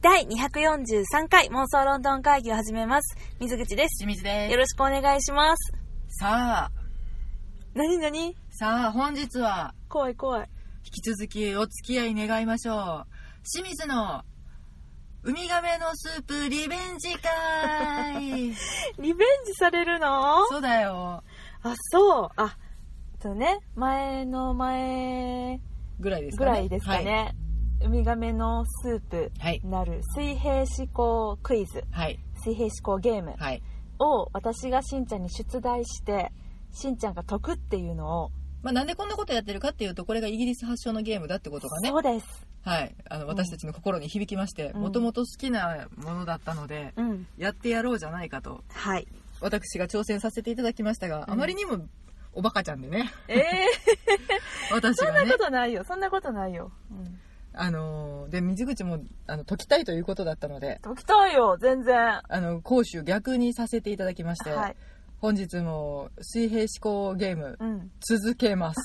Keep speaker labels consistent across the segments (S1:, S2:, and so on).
S1: 第243回妄想ロンドン会議を始めます。水口です。
S2: 清水で
S1: よろしくお願いします。
S2: す。さあ、
S1: なになに
S2: さあ、本日は
S1: 怖い怖い。
S2: 引き続きお付き合い願いましょう。清水のウミガメのスープリベンジ会
S1: リベンジされるの
S2: そうだよ。
S1: あ、そう。あ、とね、前の前
S2: ぐらいです
S1: ぐ
S2: かね。
S1: らいですかね。ウミガメのスープ
S2: はい。
S1: なる水平思考クイズ、
S2: はい。
S1: 水平思考ゲーム
S2: はい。
S1: を私がしんちゃんに出題して、しんちゃんが解くっていうのを、
S2: まあ、なんでこんなことやってるかっていうと、これがイギリス発祥のゲームだってことがね
S1: そ、うです。
S2: はい。あの、私たちの心に響きまして、
S1: うん
S2: もともと好きなものだったので、
S1: うん。
S2: やってやろうじゃないかと、
S1: はい。
S2: 私が挑戦させていただきましたが、
S1: うん
S2: あまりにもおバカちゃんでね、
S1: ええ
S2: 私
S1: そん
S2: が
S1: な
S2: ね
S1: こ。とないよ、そんなことないよ。うん。
S2: あのーで水口もあの解きたいということだったので
S1: 解きたいよ、全然。は
S2: あの講習逆にさせていただきまして、
S1: い。
S2: 本日も水平思考ゲーム
S1: うん。
S2: 続けます、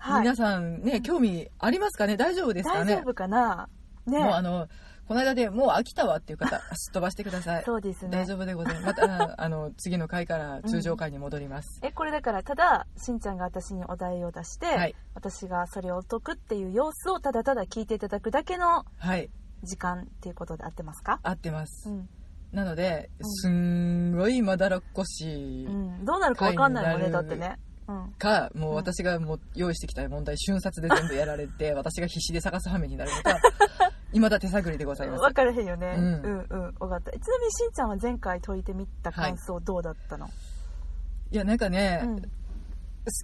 S1: はい。
S2: 皆さんね興味ありますかね大丈夫ですか
S1: 大
S2: ね
S1: 丈夫かなね
S2: もうあのこの間でもう飽きたわっていう方すっ飛ばしてください、
S1: そうですね
S2: 大。丈夫でございますまたあの次の回から通常回に戻ります、
S1: え、これだから、ただ、しんちゃんが私にお題を出して、
S2: はい
S1: 私がそれを解くっていう様子をただただ聞いていただくだけの
S2: はい
S1: 時間っていうことで合ってますか
S2: 合ってます、
S1: うん。
S2: なので
S1: うん
S2: すんごいまだらっこしい、
S1: うん。どうなるかわかんないもんね、だ
S2: 会
S1: っ
S2: に
S1: て
S2: なる
S1: ね。うん。
S2: かもう私がもう用意してきた問題瞬殺で全部やられ て私が必死で探す羽目になるのか未だ手探りでございます
S1: 分からへんよね、う、
S2: うんん
S1: うん分かったちなみにしんちゃんは前回解いてみた感想どうだったの、
S2: いやなんかね、
S1: う
S2: 好
S1: ん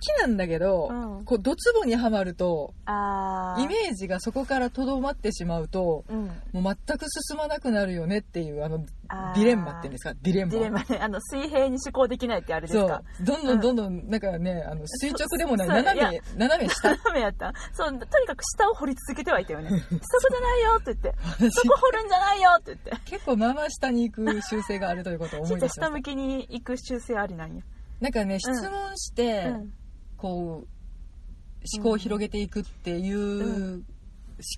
S2: きなんだけど、
S1: うん
S2: こうドツボにはまると
S1: あー
S2: イメージがそこからとどまってしまうと
S1: うん
S2: もう全く進まなくなるよねっていうあの
S1: あー
S2: ディレンマっていうんですかディレンマ
S1: ジレンマねあの水平に思考できないってあれです
S2: そ
S1: か
S2: うどんどんどんどんなんかねあの垂直でもない
S1: そうそう
S2: 斜
S1: い
S2: め斜 め下
S1: 斜めやったそうとにかく下を掘り続けてはいたよねそこじゃないよって言って
S2: 私
S1: そこ掘るんじゃないよって言って
S2: 結構まあまあ下に行く習性があるということを
S1: し
S2: 思
S1: んち
S2: い
S1: ゃん
S2: 出し
S1: 下
S2: ました
S1: 向きに行く習性ありなんや、
S2: なんかね質問して、
S1: うん
S2: こう思考を広げていくっていう、
S1: う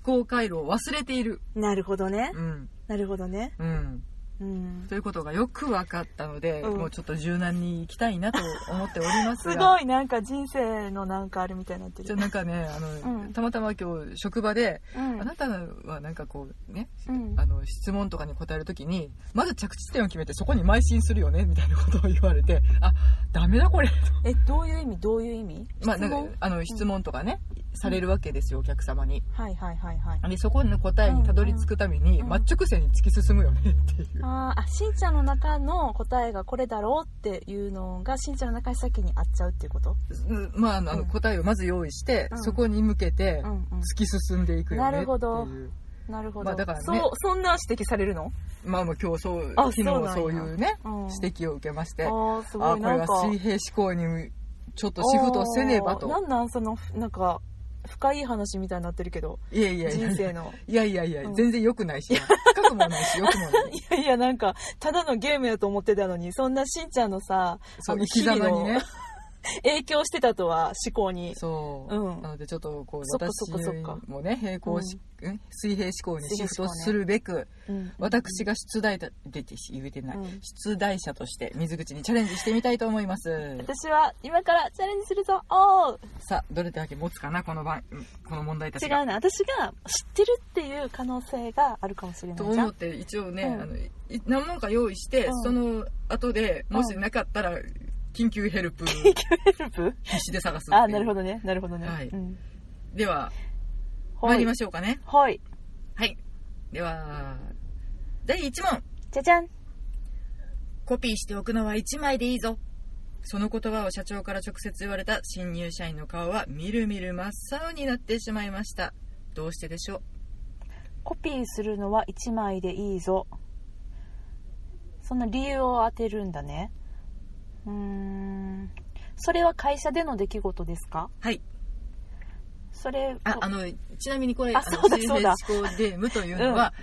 S2: 思考回路を忘れている、
S1: なるほどね
S2: うん
S1: なるほどね
S2: うん、
S1: うん
S2: ということがよく分かったので、
S1: うん
S2: もうちょっと柔軟にいきたいなと思っております
S1: す
S2: が
S1: ごいなんか人生のなんかあるみたいになって
S2: じゃ
S1: る、
S2: なんかねあの、
S1: うん
S2: たまたま今日職場で、
S1: うん
S2: あなたはなんかこうね、
S1: うん
S2: あの質問とかに答えるときにまず着地点を決めてそこに邁進するよねみたいなことを言われてあダメだこれ
S1: えどういう意味どういう意味質問、
S2: まあなんかあの質問とかね、されるわけですよお客様に。
S1: はいはいはいはい
S2: でそこの答えにたどり着くために、
S1: うん
S2: 真っ直線に突き進むよねっていう、
S1: あーあしんちゃんの中の答えがこれだろうっていうのがしんちゃんの中に先にあっちゃうっていうこと、
S2: うんまああの、
S1: うん
S2: 答えをまず用意して、
S1: うん
S2: そこに向けて
S1: うんうん、
S2: 突き進んでいくよね
S1: なる
S2: っていう
S1: ほどなるほど、
S2: まあだからね
S1: そうそんな指摘されるの、
S2: まあもう今日そう
S1: あ
S2: 昨日
S1: そうなんや
S2: そういうね
S1: うん、
S2: 指摘を受けまして、あ
S1: ああす
S2: あ
S1: ごい
S2: こ
S1: な
S2: れ
S1: ん
S2: は
S1: か
S2: 水平思考にちょっとシフトせねばと
S1: あーなんなんそのなんか深い話みたいになってるけど
S2: いやいやいや
S1: 人
S2: い
S1: 生
S2: や
S1: の
S2: いやいやいや、
S1: うん
S2: 全然良くないし深くもないし良くもな い
S1: いやいやなんかただのゲームやと思ってたのにそんなしんちゃんのさ
S2: そ
S1: あ
S2: う
S1: の
S2: 生き様に
S1: 日々
S2: ね
S1: の影響してたとは思考に
S2: そう、
S1: うん
S2: なのでちょっとこう
S1: そっか
S2: 私
S1: そっかそっか
S2: もね平行し、ん水平思考にシフトするべく、
S1: う、ん、
S2: 私が出題だ出てし言えてない、
S1: うん
S2: 出題者として水口にチャレンジしてみたいと思います
S1: 私は今からチャレンジするぞおー
S2: さあどれだけ持つかなこの番うんこの問題た
S1: 違
S2: ちが
S1: うな私が知ってるっていう可能性があるかもしれ
S2: と
S1: ないじゃ
S2: 思
S1: ん
S2: って一応ね、
S1: うん
S2: あのい何問か用意して、
S1: うん
S2: その後でもしなかったら緊急ヘル プ
S1: ヘルプ
S2: 必死で探すっていう
S1: あなるほどねなるほどね、
S2: はい
S1: うん、
S2: では
S1: ほい
S2: 参りましょうかね
S1: ほい
S2: はいでは第1問
S1: じゃじゃん
S2: コピーしておくのは1枚でいいぞその言葉を社長から直接言われた新入社員の顔はみるみる真っ青になってしまいましたどうしてでしょう
S1: コピーするのは1枚でいいぞその理由を当てるんだねうーんそれは会社での出来事ですか
S2: はい
S1: それ
S2: ああのちなみにこれ
S1: あ
S2: の
S1: そうだ
S2: 水
S1: そう
S2: 平
S1: だ
S2: 思考ゲームというのは、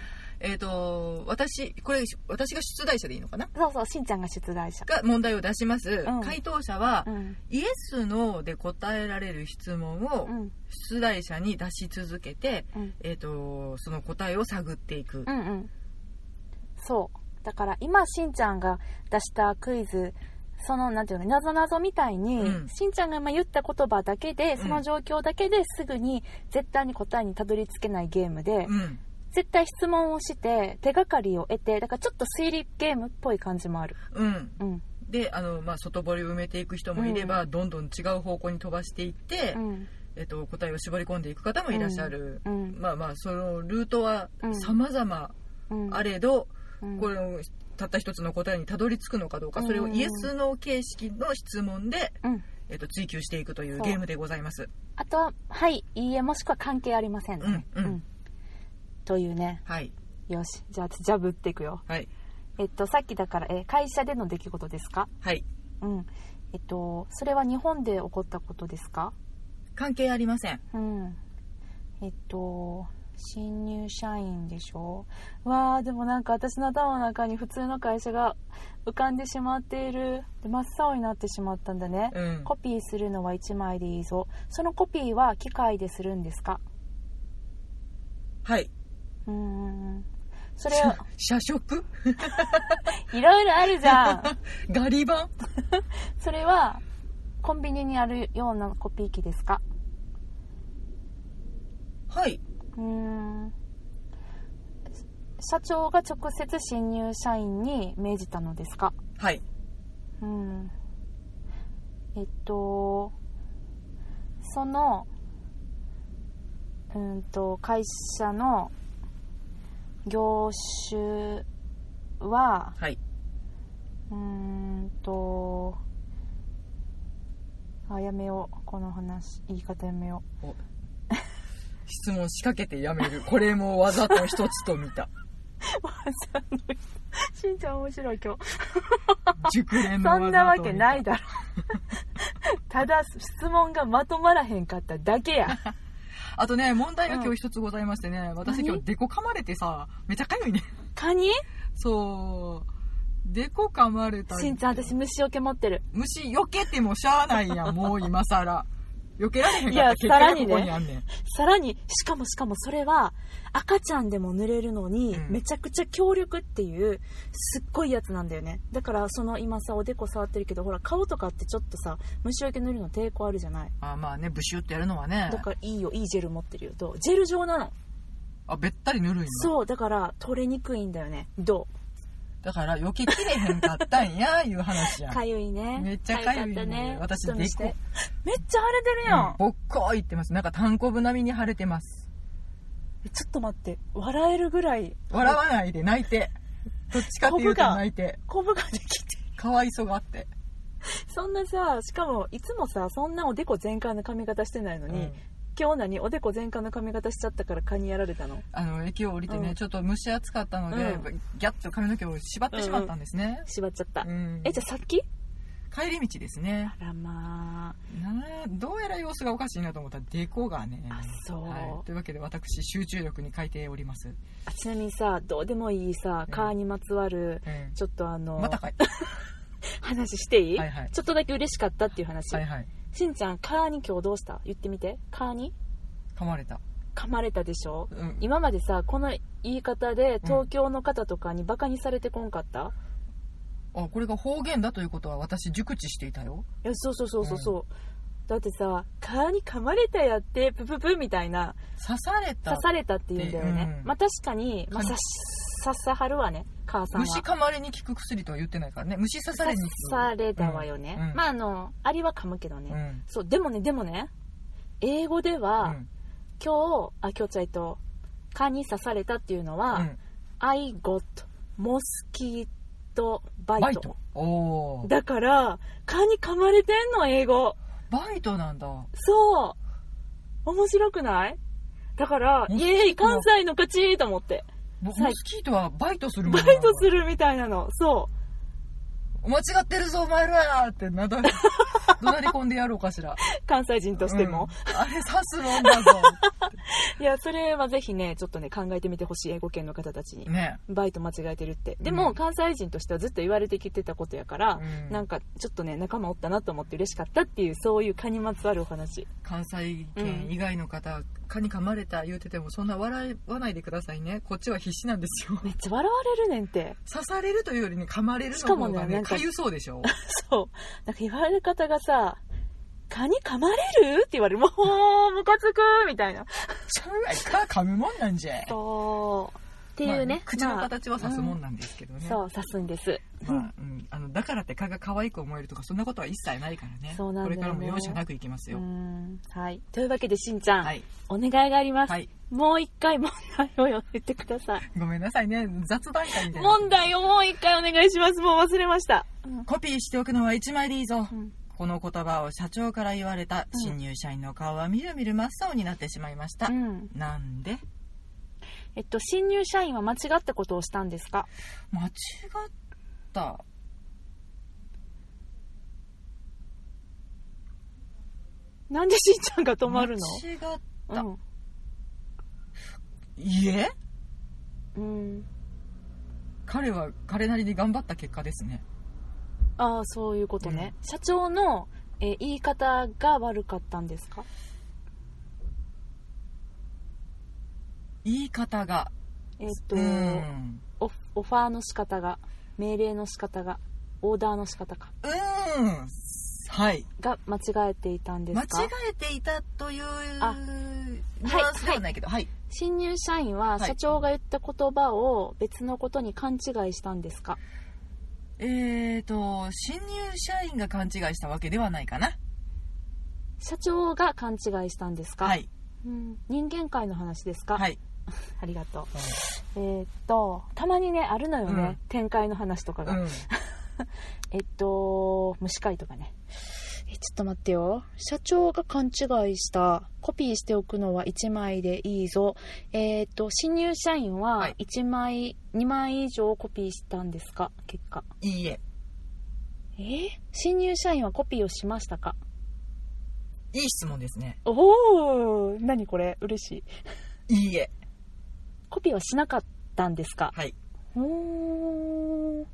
S2: えっ、と、私、これ、私が出題者でいいのかな
S1: そうそうしんちゃんが出題者
S2: が問題を出します。
S1: うん
S2: 回答者は、
S1: うん
S2: イエス、ノーで答えられる質問を
S1: うん
S2: 出題者に出し続けて、
S1: うん
S2: えっ、と、その答えを探っていく。
S1: うんうんそうだから今しんちゃんが出したクイズそのなんていうのなぞなぞみたいに、
S2: うん
S1: しんちゃんが今言った言葉だけでその状況だけですぐに絶対に答えにたどり着けないゲームで、
S2: うん。
S1: 絶対質問をして手がかりを得てだからちょっと推理ゲームっぽい感じもある
S2: うん。
S1: うん
S2: で、あの、まあ、外堀を埋めていく人もいれば、どんどん違う方向に飛ばしていって、
S1: うん
S2: えっと、答えを絞り込んでいく方もいらっしゃる。
S1: うん
S2: まあまあ、そのルートは
S1: うん
S2: 様々
S1: うん
S2: あれど、
S1: うん
S2: これをたった一つの答えにたどり着くのかどうか、それをイエス・ノー形式の質問で、
S1: うん
S2: えっと、追求していくという
S1: そう
S2: ゲームでございます。
S1: あとははいいいえもしくは関係ありません、
S2: うん、う
S1: うんん。というね
S2: はい。
S1: よしじゃあジャブっていくよ
S2: はい。
S1: えっとさっきだからえ会社での出来事ですか
S2: はい。
S1: うんえっとそれは日本で起こったことですか
S2: 関係ありません。
S1: うんえっと新入社員でしょわあでもなんか私の頭の中に普通の会社が浮かんでしまっているで真っ青になってしまったんだね、
S2: うん。
S1: コピーするのは1枚でいいぞそのコピーは機械でするんですか
S2: はい。
S1: うーんそれ
S2: 社社食
S1: いろいろあるじ ゃん
S2: ガリ版
S1: それはコンビニにあるようなコピー機ですか
S2: はい。
S1: うーん社長が直接新入社員に命じたのですか
S2: はい。
S1: うんえっとそのうんと会社の業種は
S2: はい。
S1: うーんとあやめようこの話言い方やめよ
S2: お質問仕掛けてやめる。これもわざと一つと 見た。
S1: う しんちゃん面白い今日
S2: 熟練
S1: そ
S2: の技
S1: んなわ
S2: と
S1: け
S2: 見た
S1: ないだろただ質問がまとまらへんかっただけ や
S2: あとね、問題が今日一つございましてね、私今日
S1: 何
S2: デコ噛まれてさ、めちゃかゆいね。
S1: カニ
S2: そう。デコ噛まれた
S1: しんちゃん私虫よけ持ってる
S2: 虫避けてもしゃあないやん、 もう今さら。避けられへん
S1: い
S2: か
S1: や
S2: った
S1: さらにね
S2: 結果がここにあんねん。
S1: さらにしかもしかもそれは赤ちゃんでも濡れるのに
S2: うん
S1: めちゃくちゃ強力っていうすっごいやつなんだよねだからその今さおでこ触ってるけどほら顔とかってちょっとさ虫よけ塗るの抵抗あるじゃない
S2: あまあね、ブシュってやるのはね
S1: だ。からいいよいいジェル持ってるよどうジェル状なの
S2: あ、べったりぬるいの。
S1: そうだから取れにくいんだよねど
S2: だから避けきれへんかったんや、いう話や。
S1: うんかゆいね
S2: めっちゃかゆいね
S1: かったね
S2: 私
S1: ちょっと見して
S2: デ
S1: めっちゃ腫れてるやん、
S2: ぼっこいってます。なんか単行部並みに腫れてます。
S1: えちょっと待って笑えるぐらい
S2: 笑わないで泣いて。どっちかっていうと泣いて。
S1: コブができて
S2: かわいそがあって。
S1: そんなさしかもいつもさそんなおでこ全開の髪型してないのに、
S2: うん
S1: 今日何おでこ全開の髪型しちゃったから蚊にやられたの
S2: あの、駅を降りてね、
S1: うん
S2: ちょっと蒸し暑かったので、
S1: うん
S2: ギャッと髪の毛を縛ってしまったんですね。
S1: 縛っちゃった、
S2: うん
S1: えじゃあさっき
S2: 帰り道ですね。
S1: あらまあ
S2: などうやら様子がおかしいなと思ったらデコがね
S1: あそう
S2: はい、というわけで私集中力に欠いております、
S1: あちなみにさどうでもいいさ
S2: うん
S1: 蚊にまつわる
S2: うん
S1: ちょっとあの、
S2: またかい
S1: 話していい、
S2: はいはい
S1: ちょっとだけ嬉しかったっていう話、
S2: はいはい
S1: しんちゃん蚊に今日どうした言ってみて蚊に
S2: 噛まれた、
S1: 噛まれたでしょ
S2: うん、
S1: 今までさこの言い方で東京の方とかにバカにされてこんかった、
S2: あこれが方言だということは私熟知していたよ
S1: いやそうそうそうそうそう、だってさ蚊に噛まれたやってプププみたいな
S2: 刺された
S1: 刺されたって言うんだよね、
S2: うん
S1: まあ確かに、まあ、
S2: 蚊
S1: 刺
S2: に
S1: し刺さはるわね母さんは
S2: 虫噛まれに効く薬とは言ってないからね虫刺されに効
S1: 刺
S2: く
S1: されたわよね、
S2: うんうん
S1: まああのアリは噛むけどね、
S2: うん
S1: そうでもねでもね英語で
S2: う
S1: は、
S2: ん
S1: 今日あ今日ちゃいと蚊に刺されたっていうのは、
S2: うん、
S1: I got mosquito bite
S2: バイトおー
S1: だから蚊に噛まれてんの英語
S2: バイトなんだ
S1: そう面白くないだから、イ
S2: モスキー
S1: エーイ
S2: トは
S1: 関西の勝ちと思って、
S2: 僕
S1: さい
S2: モスキートはバイトするも
S1: バ
S2: ん
S1: イトするみたいなの、そ
S2: 間違ってるぞお前らって なだ怒鳴り込んでやろうかしら
S1: 関西人としても、、
S2: うんあれサスロンだぞ
S1: いやそれはぜひねちょっとね考えてみてほしい英語圏の方たちに、
S2: ね
S1: バイト間違えてるってで
S2: う
S1: も
S2: ん
S1: 関西人としてはずっと言われてきてたことやから、
S2: う ん
S1: なんかちょっとね仲間おったなと思って嬉しかったっていうそういう蚊にまつわるお話
S2: 関西圏以外の方、蚊に噛まれた言うててもそんな笑わないでくださいねこっちは必死なんで すよ
S1: めっちゃ笑われるねんって
S2: 刺されるというよりね噛まれる
S1: し
S2: の
S1: かも
S2: 方
S1: ね
S2: がね
S1: なんか
S2: かゆそう でしょ
S1: そうなんか言われ方がさ「蚊に噛まれる?」って言われるもうムカつくみたいな
S2: それ は蚊噛むもんなんじゃ
S1: そうっていう
S2: まあ
S1: ね、
S2: 口の
S1: まあ
S2: 形は刺すもんなんですけどね、
S1: そう刺すんです
S2: まあうん、あのだからって蚊が可愛く思えるとかそんなことは一切ないからね
S1: そうなんだよね
S2: これからも容赦なくいきます
S1: う
S2: よ、
S1: んはいというわけでしんちゃん、
S2: はい、
S1: お願いがあります、
S2: はい、
S1: もう一回問題を言ってください
S2: ごめんなさいね雑談会みたいな
S1: 問題をもう一回お願いしますもう忘れました、うん
S2: コピーしておくのは一枚でいいぞ、
S1: うん
S2: この言葉を社長から言われた
S1: うん
S2: 新入社員の顔はみるみる真っ青になってしまいました、
S1: うん
S2: なんで
S1: えっと新入社員は間違ったことをしたんですか
S2: 間違った
S1: なんでしんちゃんが止まる
S2: 間違っ
S1: の
S2: 間いえ
S1: うん、うん、
S2: 彼は彼なりに頑張った結果ですね
S1: ああそういうことね、社長の、えー言い方が悪かったんですか
S2: 言い方が
S1: えっと、
S2: うん
S1: オフオファーの仕方が命令の仕方がオーダーの仕方か
S2: うんはい
S1: が間違えていたんです
S2: 間違
S1: か
S2: えていたという
S1: あ
S2: ニュアンスではないけどはい、
S1: 新入社員は
S2: はい
S1: 社長が言った言葉を別のことに勘違いしたんですか、
S2: えーと新入社員が勘違いしたわけではないかな
S1: 社長が勘違いしたんですか、
S2: はい
S1: うん、人間界の話ですか、
S2: はい
S1: ありがとう、えーっとたまにねあるのよね、
S2: うん
S1: 展開の話とか
S2: う
S1: が、
S2: ん
S1: えっと虫飼いとかねえちょっと待ってよ社長が勘違いしたコピーしておくのは1枚でいいぞえーっと新入社員
S2: は
S1: はい1枚、2枚以上コピーしたんですか結果
S2: いいえ
S1: えー新入社員はコピーをしましたか
S2: いい質問ですね
S1: おお何これ嬉しい
S2: いいえ
S1: コピーはしなかったんですか
S2: はい
S1: おー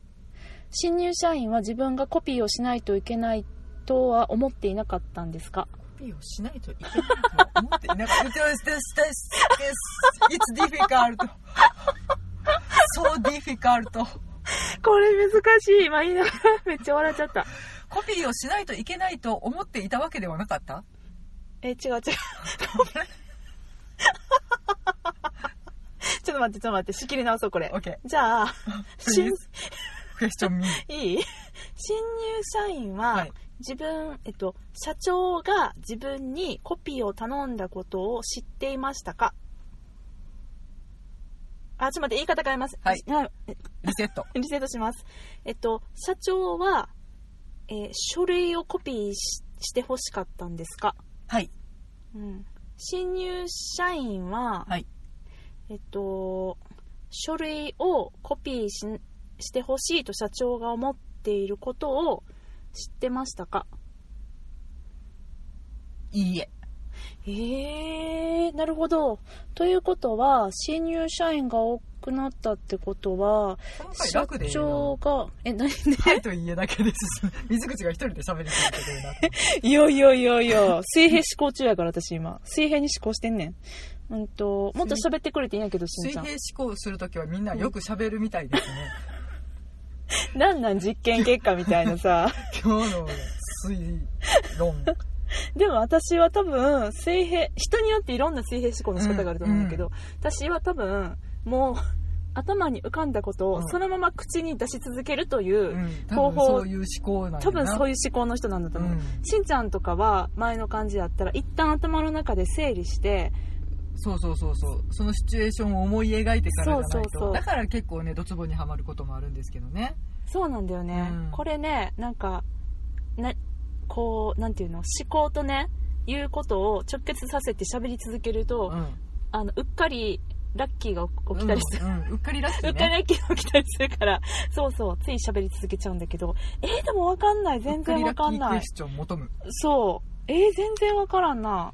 S1: 新入社員は自分がコピーをしないといけないとは思っていなかったんですか
S2: コピーをしないといけないとは思っていなかったですですですです It's difficult so difficult
S1: これ難しい今言いながらめっちゃ笑っちゃった
S2: コピーをしないといけないと思っていたわけではなかった
S1: え違う違 うちょっと待ってちょっと待って仕切り直そうこれ
S2: OK
S1: じゃ あ新
S2: Please question me
S1: いい新入社員は、
S2: はい
S1: 自分えっと社長が自分にコピーを頼んだことを知っていましたかあちょっと待って言い方変えます、
S2: はい
S1: あ
S2: リセット
S1: リセットしますえっと社長は、えー書類をコピーししてほしかったんですか、
S2: はい
S1: うん、新入社員は、
S2: はい
S1: えっと書類をコピーししてほしいと社長が思っていることを知ってましたか
S2: いいえ
S1: えー、なるほど。ということは、新入社員が多くなったってことは、
S2: 今回
S1: 社
S2: 楽でいいな
S1: 長が、え、何
S2: はいと言えだけです。水口が一人で喋り続けてる なと。
S1: いやいやいやいや、水平思考中やから私今。水平に思考してんねん。うんと、もっと喋ってくれていいんやけど、しん
S2: 水
S1: ちゃ
S2: 平思考するときはみんなよく喋るみたいです ね。
S1: ん。なんなん実験結果みたいなさ。
S2: 今日の推論。
S1: でも私は多分、水平、人によっていろんな水平思考の仕方があると思うんだけど、
S2: う
S1: 私は多分、もう、頭に浮かんだこと
S2: う
S1: を
S2: ん
S1: そのまま口に出し続けるという、
S2: うん。
S1: 方
S2: 多
S1: 法
S2: 分そういう思考なんだな。
S1: 多分そう
S2: い
S1: いう思考の人なんだと思う、
S2: うん
S1: しんちゃんとかは前の感じだったら一旦頭の中で整理して
S2: そうそうそうそう。そのシチュエーションを思い描いてからじゃないと。
S1: そうそうそう
S2: だから結構ね、ドツボにはまることもあるんですけどね。
S1: そうなんだよね、
S2: うん
S1: これねなんかなこうなんていうの思考とねいうことを直結させて喋り続けると、
S2: うん。
S1: あのうっかりラッキーが起きたりする、
S2: うんうんうっかりラッキ
S1: う
S2: ー
S1: っかり
S2: ね
S1: ラッキーが起きたりするからそうそうつい喋り続けちゃうんだけどえー、でも分かんないう全
S2: っか
S1: 然
S2: りラ
S1: 分か
S2: ッキ
S1: ん
S2: ー
S1: な
S2: ク
S1: い
S2: エスチョン求む
S1: そうえー、全然分からんな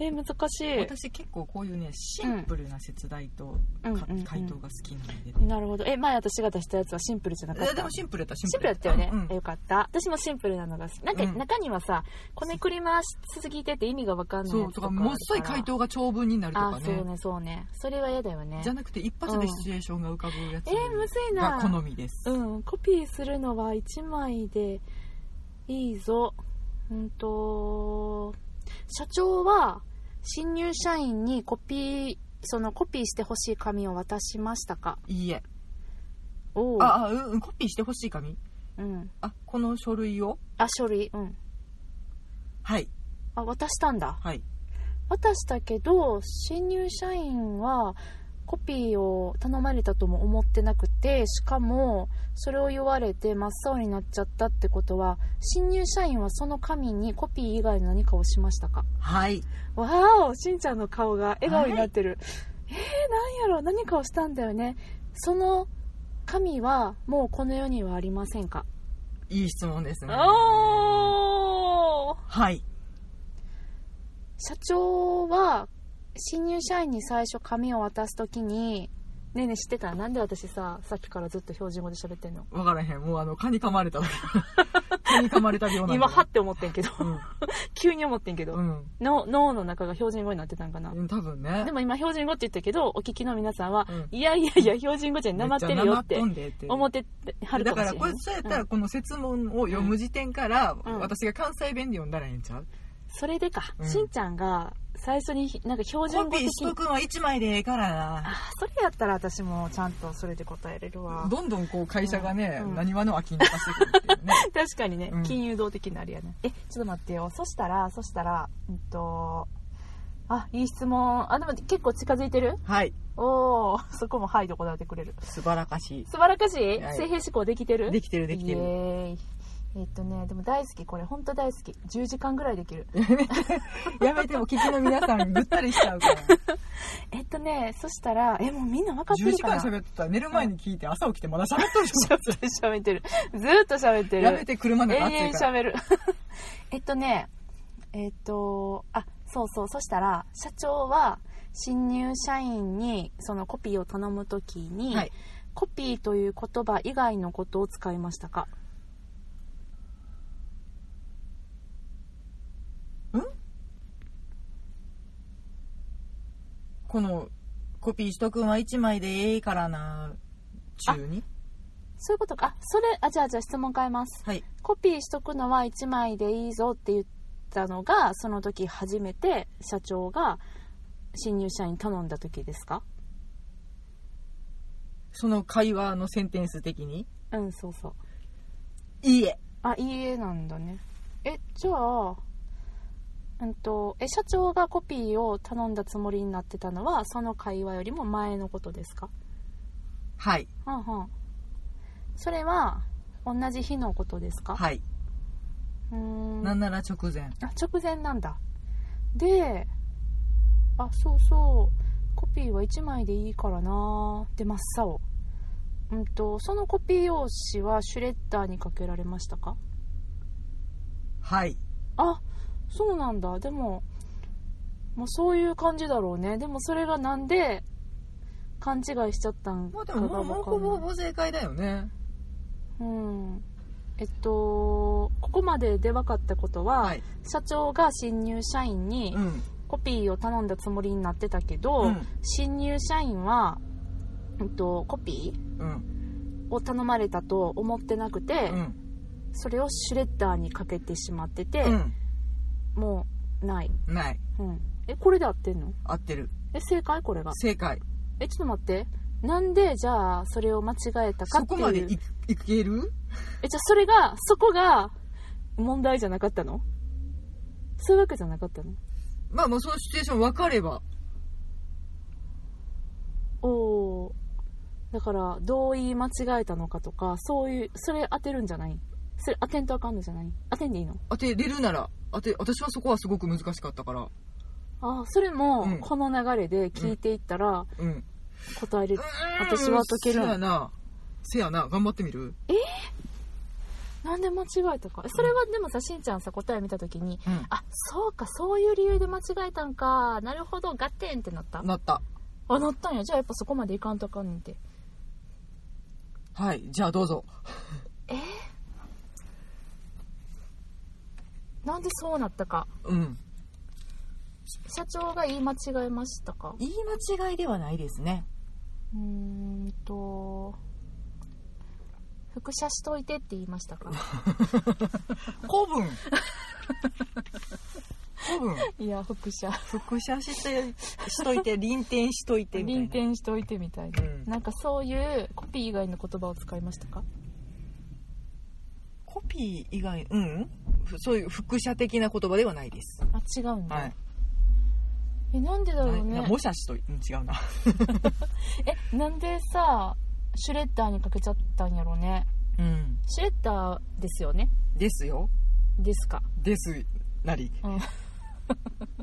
S1: えー、難しい
S2: 私結構こういうねシンプルな節題と
S1: うん
S2: か
S1: うんうんうん
S2: 回答が好きなんで、
S1: なるほどえ前私が出したやつはシンプルじゃなかっ
S2: えで
S1: た
S2: もシンプルやったシ
S1: シンプルだったよね、
S2: うんうん
S1: よかった私もシンプルなのが好きなんか
S2: うん
S1: 中にはさ、こねくり回しすぎてて意味が分かんない
S2: そ
S1: や
S2: う
S1: つと
S2: と
S1: か
S2: か
S1: ある
S2: もっそい回答が長文になると
S1: あ
S2: か
S1: ーそう
S2: ね
S1: ねそうねそれは嫌だよね
S2: じゃなくて一発でシチュエーションが浮かぶやつ
S1: えーむずいな
S2: が好みです、
S1: うんコピーするのは1枚でいいぞうんと社長は新入社員にコピーそのコピーしてほしい紙を渡しましたか
S2: いいえ
S1: おお
S2: ああうんうんコピーしてほしい紙
S1: うん
S2: あこの書類を
S1: あ書類うん
S2: はい
S1: あ渡したんだ
S2: はい
S1: 渡したけど新入社員はコピーを頼まれたとも思ってなくてしかもそれを言われて真っ青になっちゃったってことは新入社員はその紙にコピー以外の何かをしましたか
S2: はい
S1: わーおしんちゃんの顔が笑顔になってる、えー、なんやろ何かをしたんだよねその紙はもうこの世にはありませんか
S2: いい質問ですね
S1: おー
S2: はい
S1: 社長は新入社員に最初紙を渡す時にねえねえ知ってたなんで私ささっきからずっと標準語で喋ってんの
S2: 分からへんもうあの蚊に噛まれた 蚊に噛まれたような
S1: 今はって思ってんけど 急に思ってんけど、
S2: うん、
S1: の脳の中が標準語になってたんかな、
S2: うん、多分ね
S1: でも今標準語って言ったけどお聞きの皆さんは、
S2: うん
S1: いやいやいや標準語じゃなまってるよっ
S2: めちゃなま
S1: て
S2: とんでって
S1: 思っててはるか
S2: だ
S1: もしれん
S2: からこれそうやったらこの説問を読む時点から
S1: うん
S2: 私が関西弁で読んだらええんちゃう
S1: それでか、
S2: うん
S1: しんちゃんが最初になんか標準
S2: コ
S1: 語
S2: ピ
S1: 的
S2: ーしとくんは1枚でええからな
S1: あーそれやったら私もちゃんとそれで答えれるわ
S2: どんどんこう会社がね
S1: うん
S2: なにわの空きに化してくるっていうね
S1: 確かにね、
S2: うん
S1: 金融動的なあれやねえちょっと待ってよそしたらそしたらうんとあいい質問あでも結構近づいてる
S2: はい
S1: おお そこもはいと答えてくれる
S2: 素晴らかし
S1: 素晴らしい
S2: はい
S1: 性平思考できてる
S2: いできてるできて
S1: イエ
S2: る
S1: ーイえっとねでも大好きこれ本当大好き10時間ぐらいできる
S2: やめても聞きの皆さんぐったりしちゃうから
S1: えっとねそしたらえもうみんな分かって
S2: 10
S1: る
S2: 時
S1: かな
S2: 間喋ってたら寝る前に聞いて朝起きてまだ喋っとる じゃん
S1: 喋ってるずーっと喋ってる
S2: やめて車の
S1: 永
S2: 中暑
S1: 遠
S2: いから
S1: 喋る えっとねえっとあそうそうそしたら社長は新入社員にそのコピーを頼むときに、
S2: はい
S1: コピーという言葉以外のことを使いましたか
S2: このコピーしとくんは1枚でええからな中に
S1: そういうことかあそれあじゃあじゃあ質問変えます
S2: はい
S1: コピーしとくのは1枚でいいぞって言ったのがその時初めて社長が新入社員に頼んだ時ですか
S2: その会話のセンテンス的に
S1: うんそうそう
S2: いいえ
S1: あ、いいえなんだね。え、じゃあ、うんと、え、社長がコピーを頼んだつもりになってたのは、その会話よりも前のことですか
S2: はい
S1: はんはん。それは、同じ日のことですか
S2: はい、
S1: うーん。
S2: な
S1: あ、
S2: んなら直前
S1: 直前なんだ。で、あ、そうそう。コピーは1枚でいいからなで、真っ青。うんと、そのコピー用紙はシュレッダーにかけられましたか
S2: はい
S1: あそうなんだでももうそういう感じだろうねでもそれがなんで勘違いしちゃったん
S2: ま
S1: か
S2: あ
S1: が
S2: でももうもうほぼ
S1: わ
S2: ほ
S1: かんない
S2: ぼ正解だよね
S1: うんえっとここまでで分かったことは、
S2: はい
S1: 社長が新入社員に
S2: うん
S1: コピーを頼んだつもりになってたけど、
S2: うん
S1: 新入社員は、えっと、コピ
S2: うん
S1: ーを頼まれたと思ってなくて、
S2: うん
S1: それをシュレッダーにかけてしまってて、
S2: う
S1: もうない、
S2: んない
S1: うん、えこれで合ってんの
S2: 合ってる
S1: え正解これが
S2: 正解
S1: えちょっと待ってなんでじゃあそれを間違えたか
S2: そ
S1: って
S2: こ
S1: いう
S2: までいいける
S1: えじゃあそれがそこが問題じゃなかったのそういうわけじゃなかったの
S2: まあもうそのシチュエーション分かれば
S1: おおーだからどう言い間違えたのかとかそういうそれ当てるんじゃないそれ当てんとあかんのじゃない当てんでいいの
S2: 当てれるなら当て私はそこはすごく難しかったから
S1: あそれも
S2: うん
S1: この流れで聞いていったら
S2: うん
S1: 答える、私は解ける
S2: せやなせやな頑張ってみる
S1: なんで間違えたかえそれはでもさしんちゃんさ答え見た時に
S2: うん
S1: あそうかそういう理由で間違えたんかなるほどガテンってなった
S2: なった
S1: あなったんやじゃあやっぱそこまでいかんとあかんねんて
S2: はいじゃあどうぞ
S1: なんでそうなったか
S2: うん
S1: 社長が言い間違えましたか
S2: 言い間違いではないですね
S1: うーんと副社しといてって言いましたか
S2: 古 文古文
S1: いや副社
S2: 副写してしといて臨転しといてみたいな
S1: 臨転しといてみたいな、
S2: うん
S1: なんかそういうコピー以外の言葉を使いましたか
S2: コピー以外うんふそういう副写的な言葉ではないです
S1: あ違うんだ、
S2: はい、
S1: えなんでだろうね
S2: な模写しというん違うな
S1: えなんでさシュレッダーにかけちゃったんやろうね
S2: うん
S1: シュレッダーですよね
S2: ですよ
S1: ですか
S2: ですなり
S1: うんえ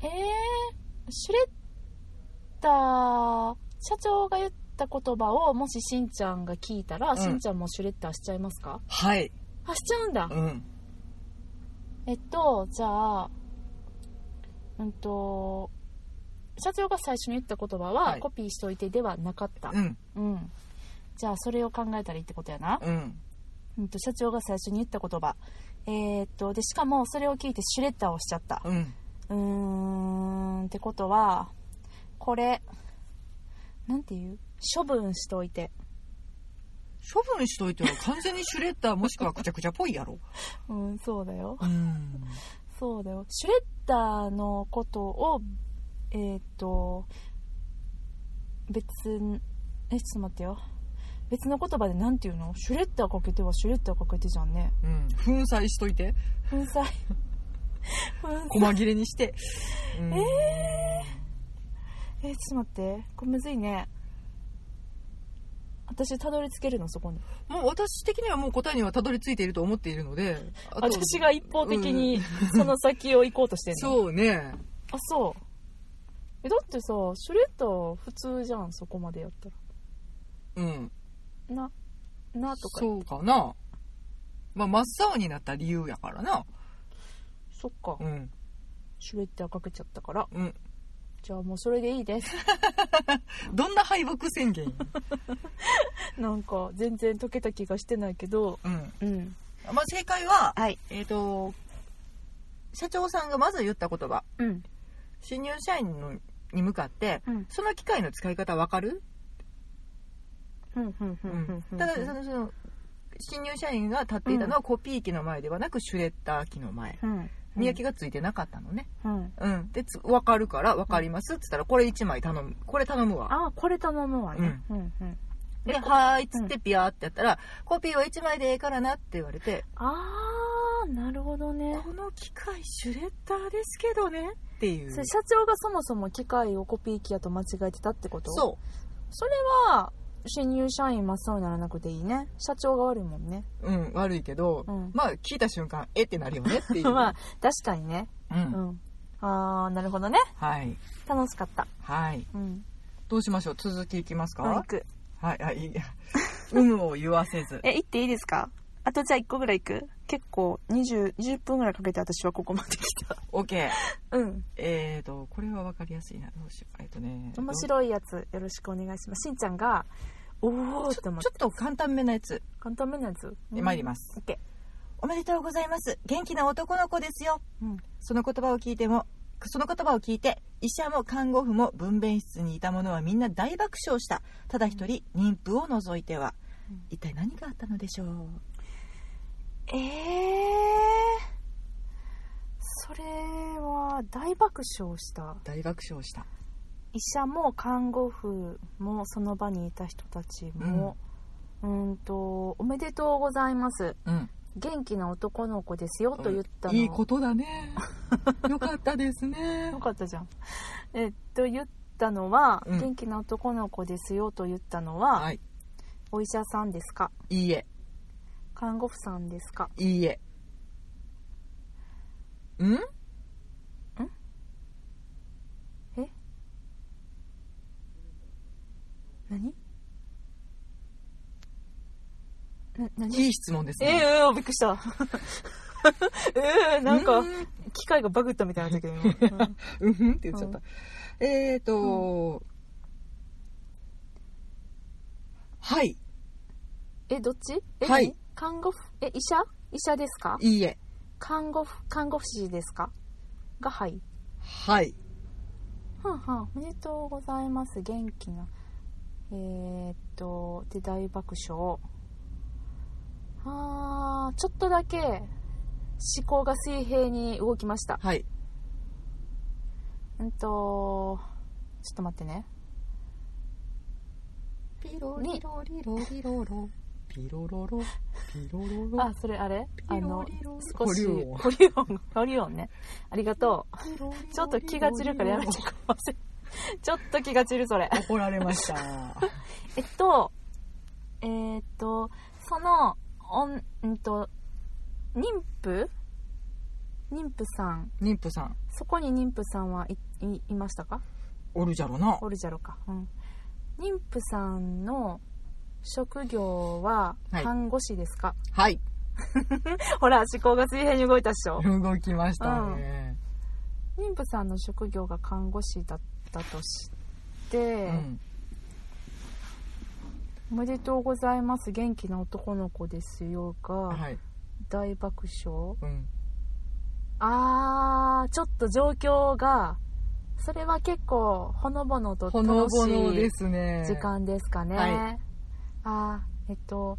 S1: ー、シュレッダー社長が言った言葉をもししんちゃんが聞いたら、
S2: ん
S1: しんちゃんもシュレッダーしちゃいますか
S2: はい
S1: あしちゃうんだ、
S2: うん
S1: えっとじゃあうんと社長が最初に言った言葉は、
S2: はい
S1: コピーしといてではなかった
S2: うん
S1: うん、じゃあそれを考えたらいいってことやな、
S2: うん
S1: うん、と社長が最初に言った言葉えーっとでしかもそれを聞いてシュレッダーをしちゃった
S2: うん
S1: うーんってことはこれなんていう処分しといて
S2: 処分しといては完全にシュレッ ダーもしくはくちゃくちゃっぽいやろ
S1: うんそうだよ
S2: うん
S1: そうだよシュレッダーのことをえーっ、と別んえちょっと待ってよ別の言葉でなんていうのシュレッダーかけてはシュレッダーかけてじゃんね
S2: うん粉砕しといて
S1: 粉 砕粉砕
S2: 細切れにして、うん
S1: ええーちょっと待ってこれむずいね私たどり着けるのそこに
S2: もう私的にはもう答えにはたどり着いていると思っているのであと
S1: 私が一方的にその先を行こうとしてるの、
S2: そうね
S1: あそうえだってさシュレッダー普通じゃんそこまでやった
S2: うん
S1: らななとか
S2: そうかなまあ真っ青になった理由やからな
S1: そっか
S2: うん
S1: シュレッダーかけちゃったから
S2: うん
S1: じゃあもうそれでいいです
S2: どんな敗北宣 言
S1: なんか全然解けた気がしてないけど
S2: うん
S1: うん
S2: まあ正解は
S1: はい
S2: えっ、と社長さんがまず言った言葉
S1: うん
S2: 新入社員のに向かって
S1: うん
S2: その機械の使い方わかる、
S1: うんうんうんうんうん
S2: ただそのその新入社員が立っていたのはコピー機の前ではなくシュレッダー機の前
S1: うん
S2: 見分けがついてなかったのね
S1: うん
S2: うんでつ分かるから分かりますっつったらこれ1枚頼むこれ頼むわ
S1: ああこれ頼むわねうんうん
S2: で「はーい」っつってピヤーってやったら「コピーは1枚でええからな」って言われて
S1: ああなるほど
S2: 「
S1: ね
S2: この機械シュレッダーですけどね」っていう
S1: それ社長がそもそも機械をコピー機やと間違えてたってこと
S2: そ
S1: それは新入社員真っ青にならなくていいね社長が悪いもんね
S2: ううん悪いけど、
S1: うん
S2: まあ聞いた瞬間「えっ?」てなるよねってい う、
S1: まあ確かにね
S2: う、
S1: うんんああなるほどね
S2: はい
S1: 楽しかった
S2: はい
S1: うん
S2: どうしましょう続きいきますか、
S1: あ行く
S2: はいはい いい有無を言わせず
S1: え行っていいですかあとじゃあ1個ぐらい行く結構20 10分ぐらいかけて私はここまで来た
S2: OK
S1: うん
S2: えーとこれは分かりやすいなどうしようえっ、とね
S1: 面白いやつよろしくお願いしますしんちゃんがおおって思っ
S2: ち
S1: て
S2: ょっと簡単めなやつ
S1: 簡単めなやつ
S2: で参ります
S1: オッケ
S2: おめでとうございます元気な男の子ですよ
S1: ーうん
S2: その言葉を聞いてもその言葉を聞いて医者も看護婦も分娩室にいた者はみんな大爆笑したただ一人妊婦を除いては
S1: うん
S2: 一体何があったのでしょう
S1: ええそれは大爆笑した
S2: 大爆笑した
S1: 医者も看護婦もその場にいた人たちも、うーん、とおめでとうございます
S2: うん
S1: 元気な男の子ですよと言ったの、
S2: いいこと だねよかったですね
S1: よかったじゃんえっと言ったのは、
S2: うん
S1: 元気な男の子ですよと言ったのは、
S2: はい
S1: お医者さんですか
S2: いいえ
S1: 看護婦さんですか
S2: いいえん
S1: 何な何
S2: いい質問です
S1: え
S2: ね。
S1: えー、びっくりした ええなんか
S2: うーん
S1: 機械がバグったみたいな時に今、うん
S2: うんふんって言っちゃった。えーと、はい、
S1: えどっちえ
S2: はい
S1: 看護婦え医者医者ですか
S2: いいえ、
S1: 看護婦看護師ですかがはい
S2: はい。
S1: はんはんおめでとうございます元気なえー、っとで大爆笑あーちょっとだけ思考が水平に動きました
S2: はい。
S1: うんとちょっと待ってね
S2: ピロリロリロリロロ。ピロロロ。ピロロロ。
S1: あそれあれあ
S2: ピ
S1: の
S2: ロリロリ
S1: 少し
S2: ホリオン
S1: ホリオンホリオンねありがとう
S2: ピロリロリロ
S1: ちょっと気が散るからやめてくだ さいちょっと気が散るそれ
S2: 怒られまし た。は
S1: えっと、えーっと、その、おん、んと、妊婦妊婦さん。
S2: い妊婦さん、
S1: そこに妊婦さんはい、い、いましたか
S2: おるじゃろな。
S1: おるじゃろか。うん。妊婦さんの職業は
S2: はい
S1: 看護師ですか、
S2: はい。
S1: ほら、思考が水平に動いたっしょ。
S2: 動きましたね。
S1: 妊婦さんの職業が看護師だったとして、
S2: うん。
S1: おめでとうございます。元気な男の子ですよが、
S2: はい。
S1: 大爆笑
S2: うん。
S1: あーちょっと状況がそれは結構ほのぼのと
S2: ほの
S1: 楽
S2: ぼの
S1: し
S2: で
S1: い
S2: すね。
S1: 時。間ですかね、
S2: は
S1: あーえっと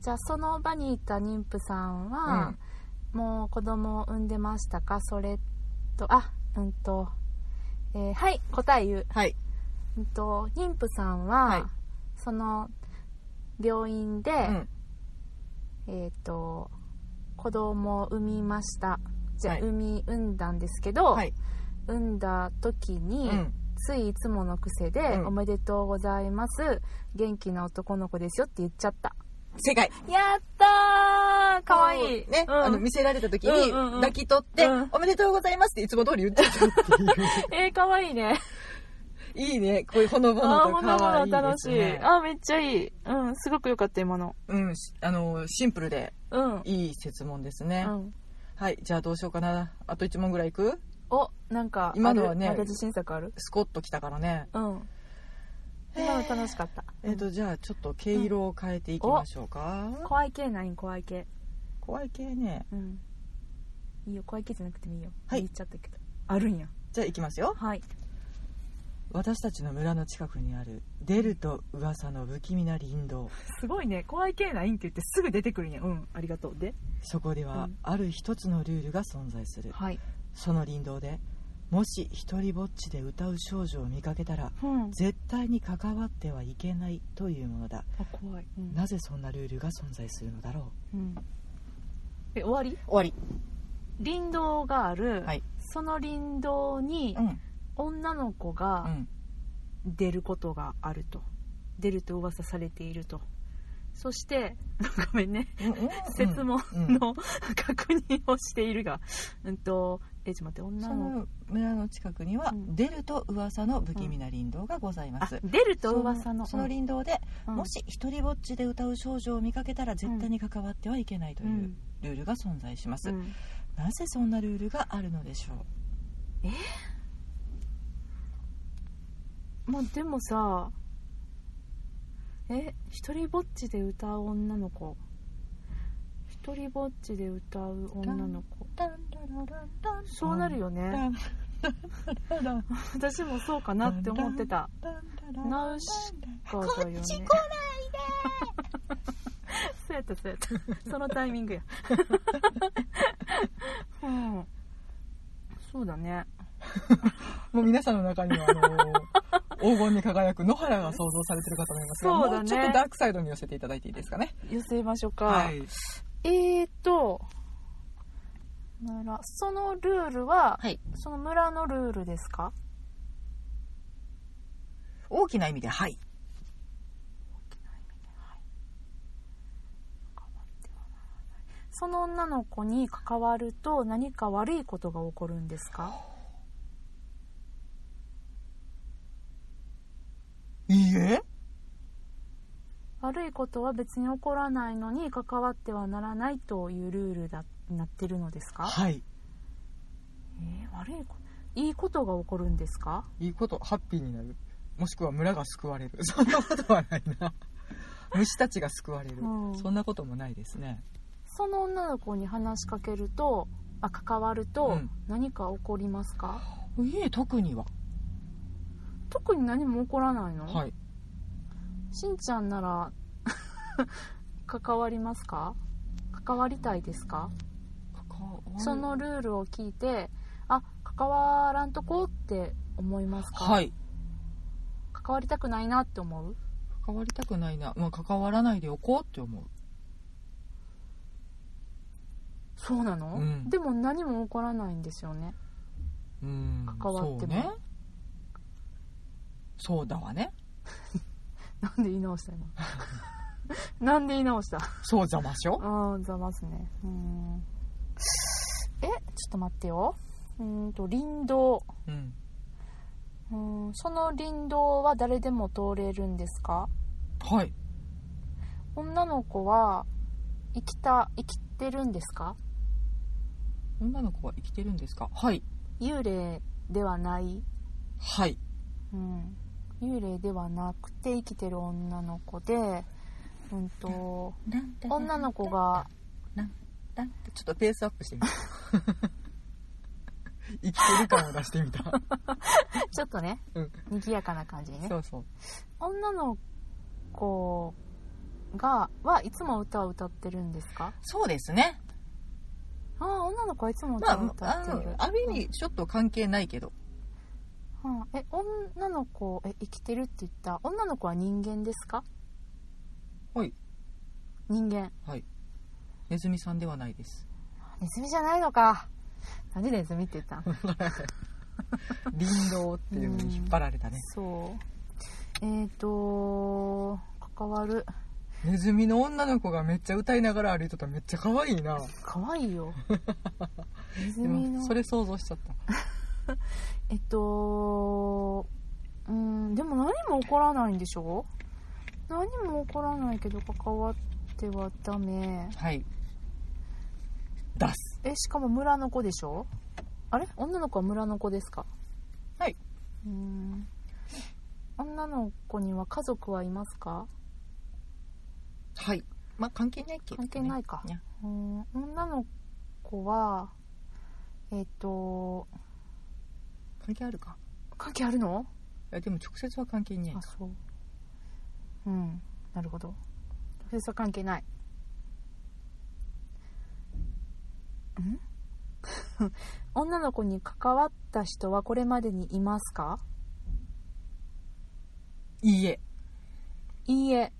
S1: じゃあその場にいた妊婦さんは、もう子供を産んでましたかそれとあうんと、えーはい答え言う、
S2: はい。
S1: うん、と妊婦さんは、
S2: はい
S1: その病院で、
S2: うん。
S1: えっ、と子供を産みましたじゃあ、
S2: はい
S1: 産み産んだんですけど、
S2: はい。
S1: 産んだ時
S2: う
S1: に、
S2: ん。
S1: ついいつもの癖で、
S2: うん
S1: おめでとうございます元気な男の子ですよ」って言っちゃった
S2: 正解。
S1: やったーかわいい
S2: ね、
S1: うん
S2: あの、見せられた時
S1: うん
S2: に
S1: うんうん
S2: 抱き取って、
S1: うん
S2: おめでとうございますっていつも通り言っち ゃったっていう。
S1: えー、かわいいね
S2: いいね。こういうほのぼの
S1: あ
S2: と
S1: ーほ
S2: か
S1: の
S2: わ
S1: ぼ
S2: い
S1: の
S2: い
S1: 楽
S2: で
S1: し
S2: す
S1: い、
S2: ね。
S1: あーめっちゃいいうんすごく良かった今の
S2: うん。しあの、シンプルで
S1: うん、
S2: いい質問ですね。
S1: うん、
S2: はい。じゃあどうしようかな。あと1問ぐらいいく
S1: おなんか
S2: 今のはね
S1: あるなんか自信作ある
S2: スコッときたからね。
S1: うん今の楽しかった、
S2: えっ、と、じゃあちょっと毛色を変えていきましょうか。
S1: 怖い系ない怖い系
S2: 怖い系ね。
S1: うんいいよ怖い系じゃなくてもいいよ、
S2: はい
S1: 言っちゃったけどあるんや
S2: じゃあいきますよ。
S1: はい
S2: 私たちの村の近くにある、出ると噂の不気味な林道。
S1: すごいね怖い系ないんって言ってすぐ出てくるんやうんありがとうで
S2: そこで
S1: う
S2: は
S1: ん、
S2: ある一つのルールが存在する。
S1: はい
S2: その林道で、もし一人ぼっちで歌う少女を見かけたら、
S1: うん
S2: 絶対に関わってはいけないというものだ。
S1: あ怖いうん、
S2: なぜそんなルールが存在するのだろ
S1: うん、え終わり
S2: う終わり。
S1: 林道がある、
S2: はい
S1: その林道に
S2: うん。
S1: 女の子
S2: う
S1: が
S2: ん。
S1: 出ることがあると出ると噂されているとそして ごめんね
S2: うんうん
S1: 説問
S2: うん
S1: の確認をしているがうんとえちょっと待って女
S2: そ
S1: の子
S2: の村の近くには、
S1: うん
S2: 出ると噂の不気味な林道がございま
S1: あ
S2: す、
S1: 出ると噂の
S2: そのその林道で、
S1: うん
S2: もし一人ぼっちで歌う少女を見かけたら絶対に関わってはいけないと
S1: う
S2: いうんルールが存在します、
S1: うん
S2: なぜそんなルールがあるのでしょ
S1: まあでもさえ一人ぼっちで歌う女の子一人ぼっちで歌う女の子
S2: う
S1: そうなるよね私もそうかなって思ってたナウシこっち来ないで そうやったそうやったそのタイミン グやうんそうだね
S2: もう皆さんの中にはあの黄金に輝く野原が想像されてるかと思いますが
S1: そうだね
S2: もうちょっとダークサイドに寄せていただいていいですかね
S1: 寄せましょうか、
S2: い、
S1: えーとならそのルールは、
S2: はい、
S1: その村のルールですか
S2: 大きな意味ではい
S1: その女の子に関わると何か悪いことが起こるんですか
S2: いいえ
S1: 悪いことは別に起こらないのに関わってはならないというルールだになってるのですか、
S2: はい
S1: えー悪いこいいことが起こるんですか
S2: いいことハッピーになるもしくは村が救われる そんなことはないな虫たちが救われる、
S1: うん
S2: そんなこともないですね
S1: その女の子に話しかけるとあ関わる
S2: う
S1: と
S2: ん
S1: 何か起こりますか、
S2: いえ特には
S1: 特に何も起こらないの、
S2: はい
S1: しんちゃんなら 関わりますか関わりたいですかそのルールを聞いてあ関わらんとこって思いますか、
S2: はい
S1: 関わりたくないなって思う
S2: 関わりたくないな、まあ、関わらないでおこうって思う
S1: そうなの、
S2: うん
S1: でも何も起こらないんですよね
S2: うん
S1: 関わっても
S2: そうねそうだわね
S1: なんで言い直した 今なんで言い直した
S2: そうざましょ
S1: ああざますねうーんえちょっと待ってようーんと林道
S2: うん
S1: うーんその林道は誰でも通れるんですか
S2: はい
S1: 女の子は生きた生きてるんですか
S2: 女の子は生きてるんですかはい
S1: 幽霊ではない、
S2: はい
S1: うん、幽霊ではなくて生きてる女の子で、うん、と女の子が
S2: ちょっとペースアップして みた生きてる感を出してみた
S1: ちょっとね、
S2: うん
S1: 賑やかな感じにね
S2: そうそう
S1: 女の子がはいつも歌を歌ってるんですか
S2: そうですね
S1: ああ女の子はいつも
S2: ま
S1: 歌を
S2: あ
S1: 歌
S2: あ
S1: ってる、
S2: の網にちょっと関係ないけど
S1: うん、うんえ女の子え生きてるって言った女の子は人間ですか
S2: はい
S1: 人間
S2: はいネズミさんではないです
S1: ネズミじゃないのかなんでネズミって言ったん
S2: 林道っていうのに引っ張られたね
S1: そうえっ、と関わる
S2: ネズミの女の子がめっちゃ歌いながら歩いとったらめっちゃ可愛いな
S1: 可愛い よネズ
S2: で
S1: ミ
S2: も
S1: の
S2: それ想像しちゃった
S1: えっとうんでも何も起こらないんでしょ何も起こらないけど関わってはダメ
S2: はい出す
S1: えしかも村の子でしょあれ女の子は村の子ですか
S2: はいう
S1: ーん女の子には家族はいますか
S2: はいまあ関係ないけど、
S1: 関係ないか
S2: ね
S1: うーん女の子はえっ、と
S2: 関係あるか
S1: 関係あるの
S2: いやでも直接は関係ない
S1: あそううんなるほど直接は関係ないん 女の子に関わった人はこれまでにいますか
S2: いいえ
S1: いいえ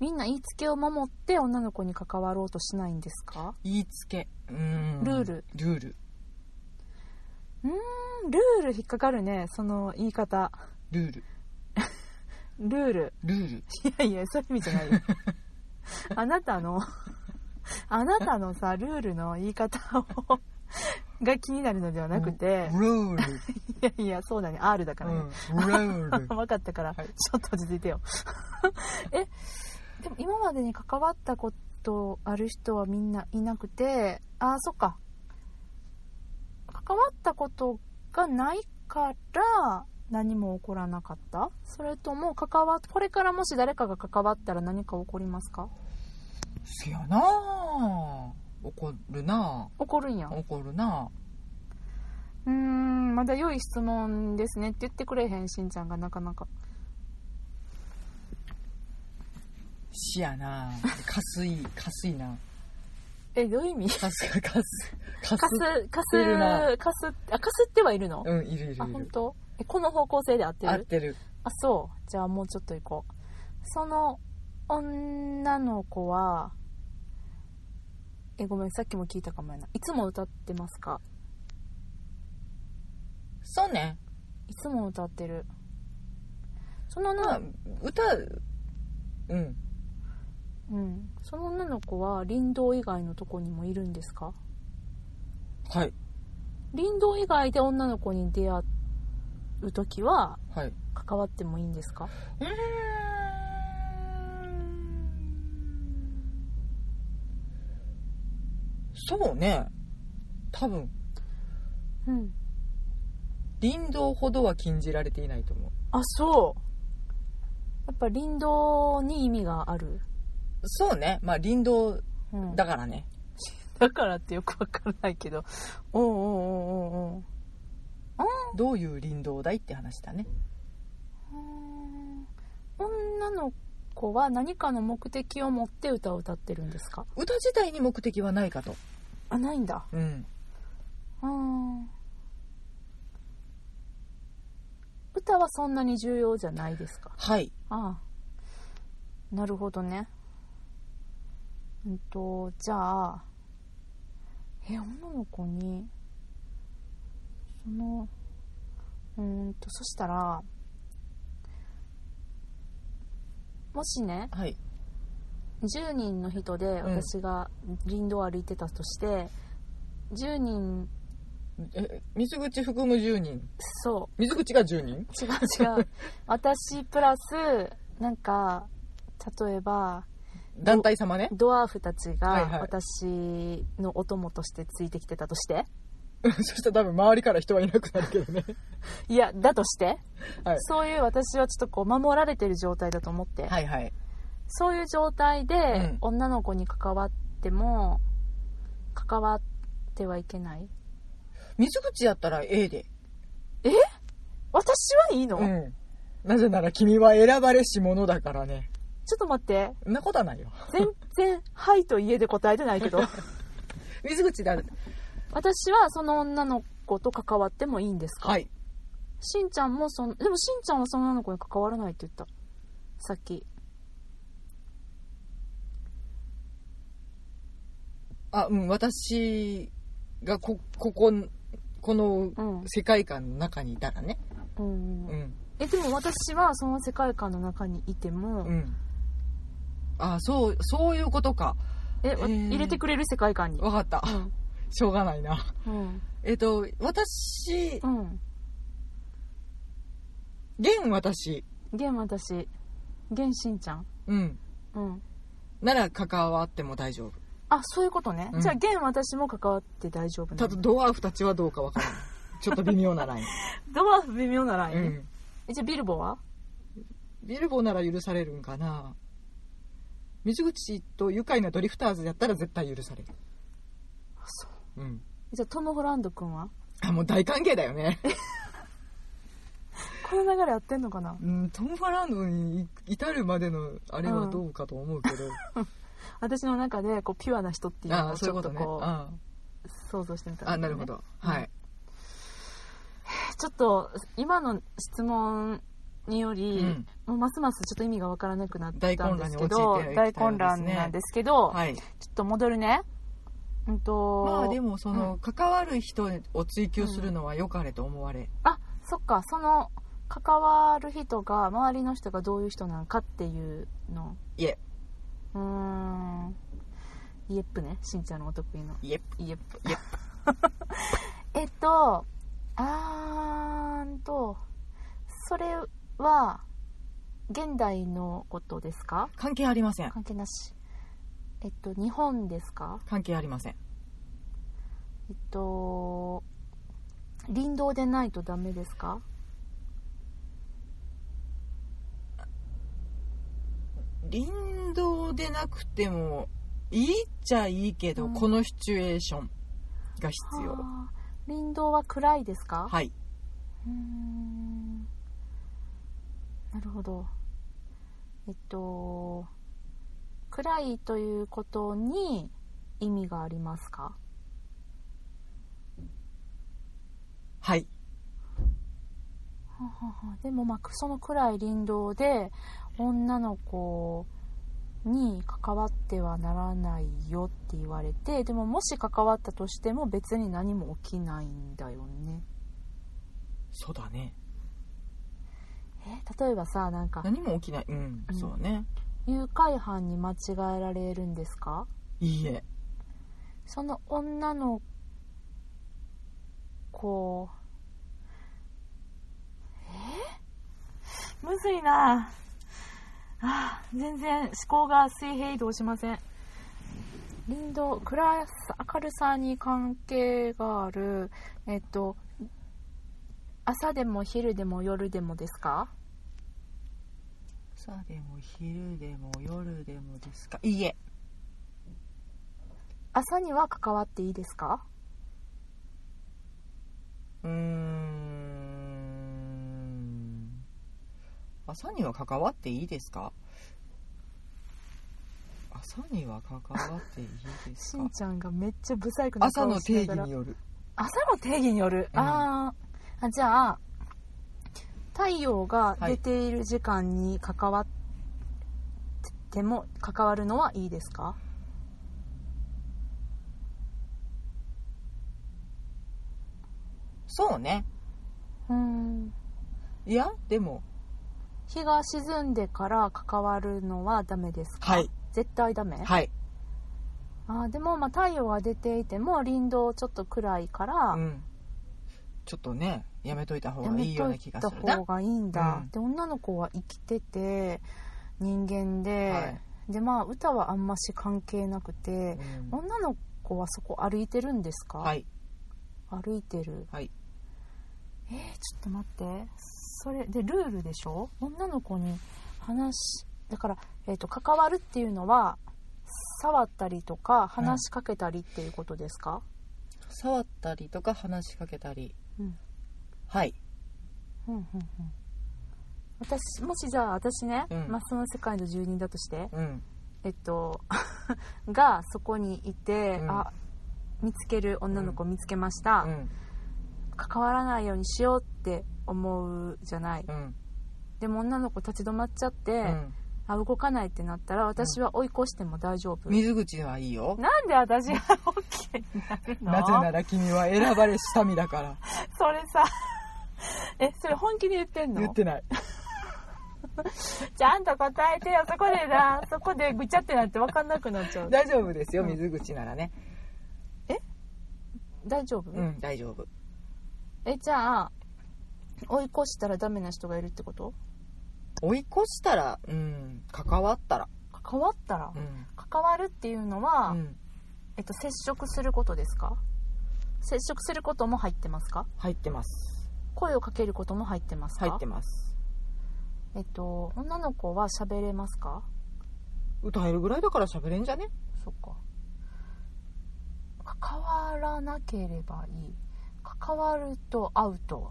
S1: みんな言いつけを守って女の子に関わろうとしないんですか
S2: 言いつけうーん
S1: ルール
S2: ルール
S1: うんルール引っかかるねその言い方
S2: ルール
S1: ルール
S2: ルール
S1: いやいや、そういう意味じゃないよ。あなたの、あなたのさ、ルールの言い方を、が気になるのではなくて、
S2: ルール、
S1: いやいや、そうだね、R だから ね。
S2: うん、ルール
S1: 分かったから、
S2: はい
S1: ちょっと落ち着いてよ。 え、でも今までに関わったことある人はみんないなくて、あー、そっか。関わったことがないから、何も起こらなかったそれとも関わっこれからもし誰かが関わったら何か起こりますか
S2: せやなあ怒るな
S1: 起こるんや
S2: あ怒るな
S1: うーんまだ良い質問ですねって言ってくれへんしんちゃんがなかなか
S2: あ死やなあかすいかすいな
S1: えどういう意味
S2: かすかすか
S1: かすか
S2: いるな
S1: すかすあかすってはいるの
S2: うんいるいるい
S1: あ本
S2: る
S1: 当えこの方向性で合って
S2: 合っ
S1: る
S2: てる
S1: あそうじゃあもうちょっと行こうその女の子はえごめんさっきも聞いたかもやないつも歌ってますか
S2: そうね
S1: いつも歌ってるその
S2: ま
S1: 女
S2: あ
S1: の,、
S2: 歌うん
S1: うん、その女の子は林道以外のとこにもいるんですか
S2: はい
S1: 林道以外で女の子に出会う時は
S2: はい
S1: 関わってもいいんですか
S2: うーんそうね多分
S1: うん
S2: 林道ほどは禁じられていないと思う
S1: あそうやっぱ林道に意味がある、
S2: そうねまあ林道
S1: うん、
S2: だからね
S1: だからってよくわからないけどおうおうおうおうおう
S2: どういう林道だいって話だね
S1: うーん女の子は何かの目的を持って歌を歌ってるんですか
S2: 歌自体に目的はないかと
S1: あないんだ
S2: うん
S1: うん歌はそんなに重要じゃないですか
S2: はい
S1: ああなるほどねうんとじゃあえ女の子にそのうーんとそしたらもしね
S2: はい
S1: 10人の人で私が林道を歩いてたとして、10人
S2: え水口含む10人
S1: そ
S2: 水口が10人
S1: う違う違う私プラスなんか例えば
S2: 団体様ね
S1: ドワーフたち
S2: はいは
S1: が
S2: い
S1: 私のお供としてついてきてたとして、い
S2: そしたら多分周りから人はいなくなるけど ね
S1: やだとして、
S2: はい
S1: そういう私はちょっとこう守られてる状態だと思って、
S2: はいはい
S1: そういう状態で、
S2: ん
S1: 女の子に関わっても関わってはいけない
S2: 水口やったら A で
S1: 私はいいの、
S2: うんなぜなら君は選ばれし者だからね
S1: ちょっと待って
S2: そんなことはないよ
S1: 全然「はい」と「家で答えてないけど
S2: 水口だ
S1: 私はその女の子と関わってもいいんですか、
S2: はい
S1: しんちゃんもそのでもしんちゃんはその女の子に関わらないって言ったさっき
S2: あうん私がここここの
S1: うん
S2: 世界観の中にいたらね
S1: うんうん、
S2: うん
S1: えでも私はその世界観の中にいても、
S2: うんあそうそういうことか
S1: えわ
S2: えー
S1: 入れてくれる世界観に
S2: わかった
S1: うん
S2: しょうがないな
S1: うん
S2: えっと私
S1: うん
S2: 現私
S1: 現私現しんちゃん
S2: うん
S1: うん
S2: なら関わっても大丈夫
S1: あそういうことね、
S2: うん
S1: じゃあ現私も関わって大丈夫な
S2: た
S1: の
S2: だドワーフたちはどうかわから ないちょっと微妙なライン、
S1: ドワーフ微妙なライ
S2: う
S1: ン、
S2: ん、
S1: えじゃあビルボは
S2: ビルボなら許されるんかな水口と愉快なドリフターズやったら絶対許される
S1: あそう
S2: うん
S1: じゃあトム・ホランド君は
S2: あもう大歓迎だよね、
S1: この流れやってんのかな
S2: うん、トム・ファランドに至るまでのあれはどうかと思うけど、
S1: 私の中でこうピュアな人っていう
S2: あ
S1: の
S2: あ
S1: を
S2: そ
S1: ち
S2: うい
S1: ょ
S2: うこ
S1: っと
S2: とね
S1: こう
S2: あ
S1: 想像してみたんだ
S2: あ
S1: よね
S2: なるほど、はい
S1: ちょっと今の質問により、
S2: うん
S1: もうますますちょっと意味がわからなくなったんですけ
S2: 大混
S1: ど
S2: 乱に陥っていきたいですね
S1: 大混乱なんですけど、
S2: はい
S1: ちょっと戻るねうんと
S2: まあでもその、
S1: う
S2: 関わる人を追求するのは良かれと思われ、
S1: あそっかその関わる人が周りの人がどういう人なのかっていうの
S2: いえ
S1: うーんイエップねしんちゃんのお得意の
S2: イエッ
S1: イエップ えっとあーんとそれは現代のことですか
S2: 関係ありません
S1: 関係なしえっと日本ですか
S2: 関係ありません
S1: えっと林道でないとダメですか
S2: 林道でなくてもいいっちゃいいけど、
S1: うん
S2: このシチュエーションが必要
S1: あー林道は暗いですか
S2: はいう
S1: ーんなるほどえっと暗いということに意味がありますか
S2: はい
S1: はははでもまあその暗い林道で女の子に関わってはならないよって言われてでももし関わったとしても別に何も起きないんだよね
S2: そうだね
S1: え例えばさなんか
S2: 何も起きないうん、
S1: うん
S2: そうね
S1: 誘拐犯に間違えられるんですか
S2: いいえ
S1: その女の子えむずいなああ全然思考が水平移動しません林道暗さ明るさに関係があるえっと朝でも昼でも夜でもですか
S2: 朝でも昼でも夜でもですかいいえ
S1: 朝には関わっていいですか
S2: うーん朝には関わっていいですか朝には関わっていいです
S1: し
S2: か
S1: んちゃんがめっちゃブサイクな
S2: 朝
S1: 顔
S2: の
S1: してる
S2: 定
S1: か
S2: 義
S1: ら
S2: による
S1: 朝の定義による、
S2: うん
S1: あーあじゃあ太陽が出ている時間に関わっても関わるのはいいですか
S2: そうね
S1: うん
S2: いやでも
S1: 日が沈んでから関わるのはダメですか
S2: はい
S1: 絶対ダメ、
S2: はい
S1: あーでもまあ太陽が出ていても林道ちょっと暗いから、
S2: うんちょっとねやめといた方
S1: や
S2: がい
S1: め
S2: いよう
S1: と
S2: ない気が
S1: た
S2: するな
S1: 方がいいんだ、
S2: うん
S1: で女の子は生きてて人間で、
S2: はい
S1: でまあ歌はあんまし関係なくて、
S2: うん
S1: 女の子はそこ歩いてるんですか、
S2: はい
S1: 歩いてる
S2: はい
S1: えー、ちょっと待ってそれでルールでしょ女の子に話しだから、えー、と関わるっていうのは触ったりとか話しかけたりっていうことですか、
S2: 触ったりとか話しかけたり、
S1: うん
S2: はい
S1: うんうんうん私もしじゃあ私ね、
S2: うん
S1: まあ、その世界の住人だとして
S2: うん
S1: えっと がそこにいて、
S2: うん
S1: あ見つける女の子見つけました、
S2: うん
S1: 関わらないようにしようって思うじゃない、
S2: うん
S1: でも女の子立ち止まっちゃって、
S2: うん
S1: あ動かないってなったら私は追い越しても大丈夫、
S2: 水口はいいよ
S1: なんで私が OK になるの
S2: なぜなら君は選ばれし民だ から
S1: それさ えそれ本気で言ってんの
S2: 言ってない
S1: ちゃんと答えてよそこでなそこでぐちゃってなって分かんなくなっちゃう
S2: 大丈夫ですよ
S1: うん
S2: 水口ならね
S1: 大丈夫、
S2: うん大丈夫
S1: えじゃあ追い越したらダメな人がいるってこと
S2: 追い越したらうん関わったら
S1: 関わったら、
S2: うん
S1: 関わるっていうのは、
S2: うん
S1: えっと、接触することですか接触することも入ってますか
S2: 入ってます
S1: 声をかけることも入ってますか
S2: 入ってます
S1: えっと女の子は喋れますか
S2: 歌えるぐらいだから喋れんじゃね
S1: そっか関わらなければいい関わるとアウト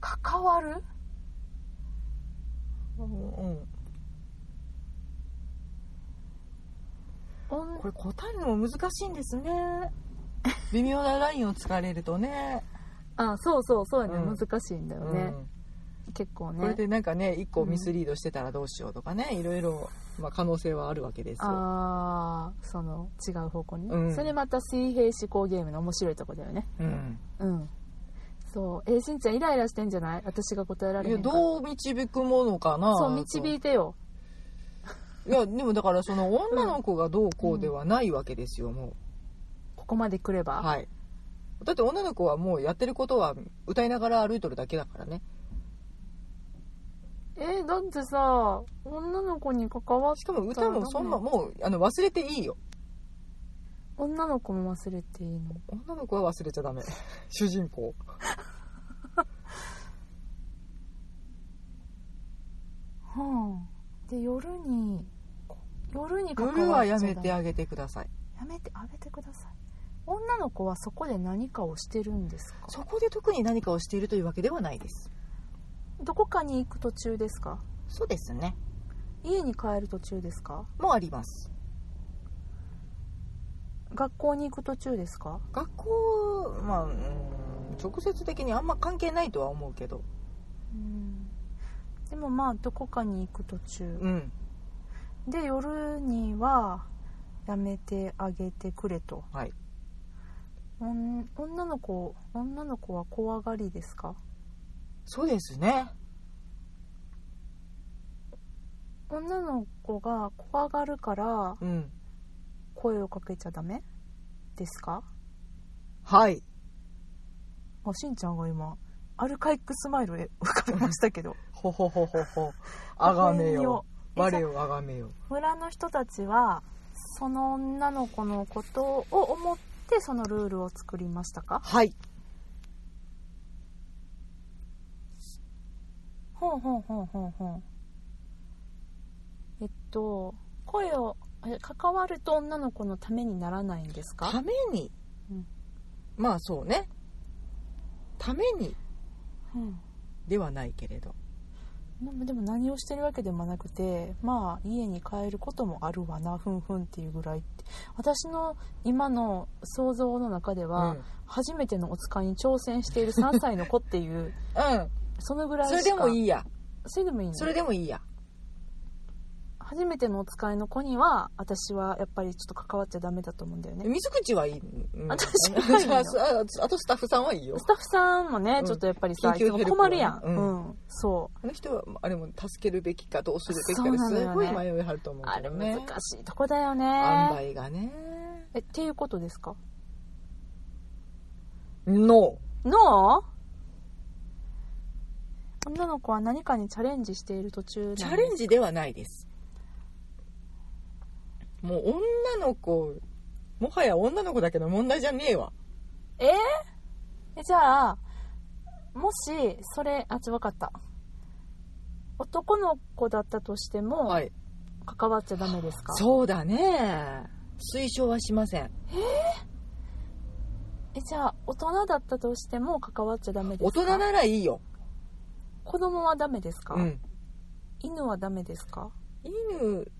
S1: 関わる
S2: うん
S1: おん
S2: これ答えるのも難しいんですね 微妙なラインを突かれるとね
S1: あそうそうそうやね、
S2: うん
S1: 難しいんだよ
S2: う
S1: ね、
S2: ん
S1: 結構
S2: これ
S1: ね
S2: でなんかね一個
S1: うん
S2: ミスリードしてたらどうしようとかね、いろいろ、まあ、可能性はあるわけですよ
S1: ああその違う方向に、
S2: うん
S1: それまた水平思考ゲームの面白いとこだよね
S2: うん
S1: うんそうえーしんちゃんイライラしてんじゃない私が答えられ
S2: い
S1: へ
S2: や
S1: んから
S2: どう導くものかな
S1: そう
S2: と
S1: 導いてよ
S2: いやでもだからその女の子がどうこうではないわけですよ、も
S1: ここまで来れば、
S2: うはいだって女の子はもうやってることは歌いながら歩いとるだけだからね
S1: えーだってさ女の子に関わっ
S2: しかも歌もそんなもうあの忘れていいよ
S1: 女の子も忘れていいの
S2: 女の子は忘れちゃダ メ主人公
S1: はあで夜に夜に関わっちゃ
S2: 夜はやめ
S1: ダ
S2: て
S1: メ
S2: あげてください
S1: やめてあげてください女の子はそこで何かをしてるんですか
S2: そこで特に何かをしているというわけではないです
S1: どこかに行く途中ですか
S2: そうですね
S1: 家に帰る途中ですか
S2: もあります
S1: 学校に行く途中ですか
S2: 学校まあうん直接的にあんま関係ないとは思うけど
S1: うんでもまあどこかに行く途中
S2: うん
S1: で夜にはやめてあげてくれと
S2: はい
S1: うん女の子女の子は怖がりですか
S2: そうですね
S1: 女の子が怖がるから
S2: うん
S1: 声をかけちゃダメですか
S2: はい
S1: あしんちゃんが今アルカイックスマイルで浮かべましたけど
S2: ほほほほほあがめよ
S1: ごめん
S2: 我をあがめよ
S1: 村の人たちはその女の子のことを思ってそのルールを作りましたか
S2: はい
S1: ほうほうほうほうほうえっと声をえ関わると女の子のためにならないんですか
S2: ために、
S1: うん
S2: まあそうねために
S1: うん
S2: ではないけれど
S1: でもでも何をしてるわけでもなくてまあ家に帰ることもあるわなふんふんっていうぐらいって私の今の想像の中では、
S2: うん
S1: 初めてのお使いに挑戦している3歳の子っていう
S2: うん
S1: そのぐらいし
S2: そ
S1: か
S2: れでも
S1: い
S2: いいや
S1: それでもいいの
S2: それでもいいや
S1: 初めてのお使いの子には私はやっぱりちょっと関わっちゃダメだと思うんだよね
S2: 水口はいい、うん
S1: 私はいいよ
S2: あああとスタッフさんはいいよ
S1: スタッフさんもね、
S2: うん
S1: ちょっとやっぱりさ
S2: 緊
S1: い
S2: 急
S1: つも
S2: ヘルプ
S1: 困るやん、う
S2: うんん
S1: そ
S2: あの人はあれも助けるべきかどうするべきか
S1: そう
S2: で
S1: なのよね
S2: すごい迷いはると思
S1: う
S2: う
S1: あ
S2: け
S1: れ
S2: ど
S1: 難
S2: ね
S1: しいとこだよ
S2: 塩
S1: ね
S2: 梅がね
S1: えっていうことですか
S2: の
S1: の女の子は何かにチャレンジしている途中なんで
S2: チャレンジではないですもう女の子もはや女の子だけど問題じゃねえわ
S1: えーえじゃあもしそれあち分かった男の子だったとしても、
S2: はい
S1: 関わっちゃダメですか
S2: そうだね推奨はしません
S1: えじゃあ大人だったとしても関わっちゃダメで
S2: 大
S1: すか
S2: 人ならいいよ、
S1: 子供はダメですか、
S2: うん、
S1: 犬はダメですか
S2: 犬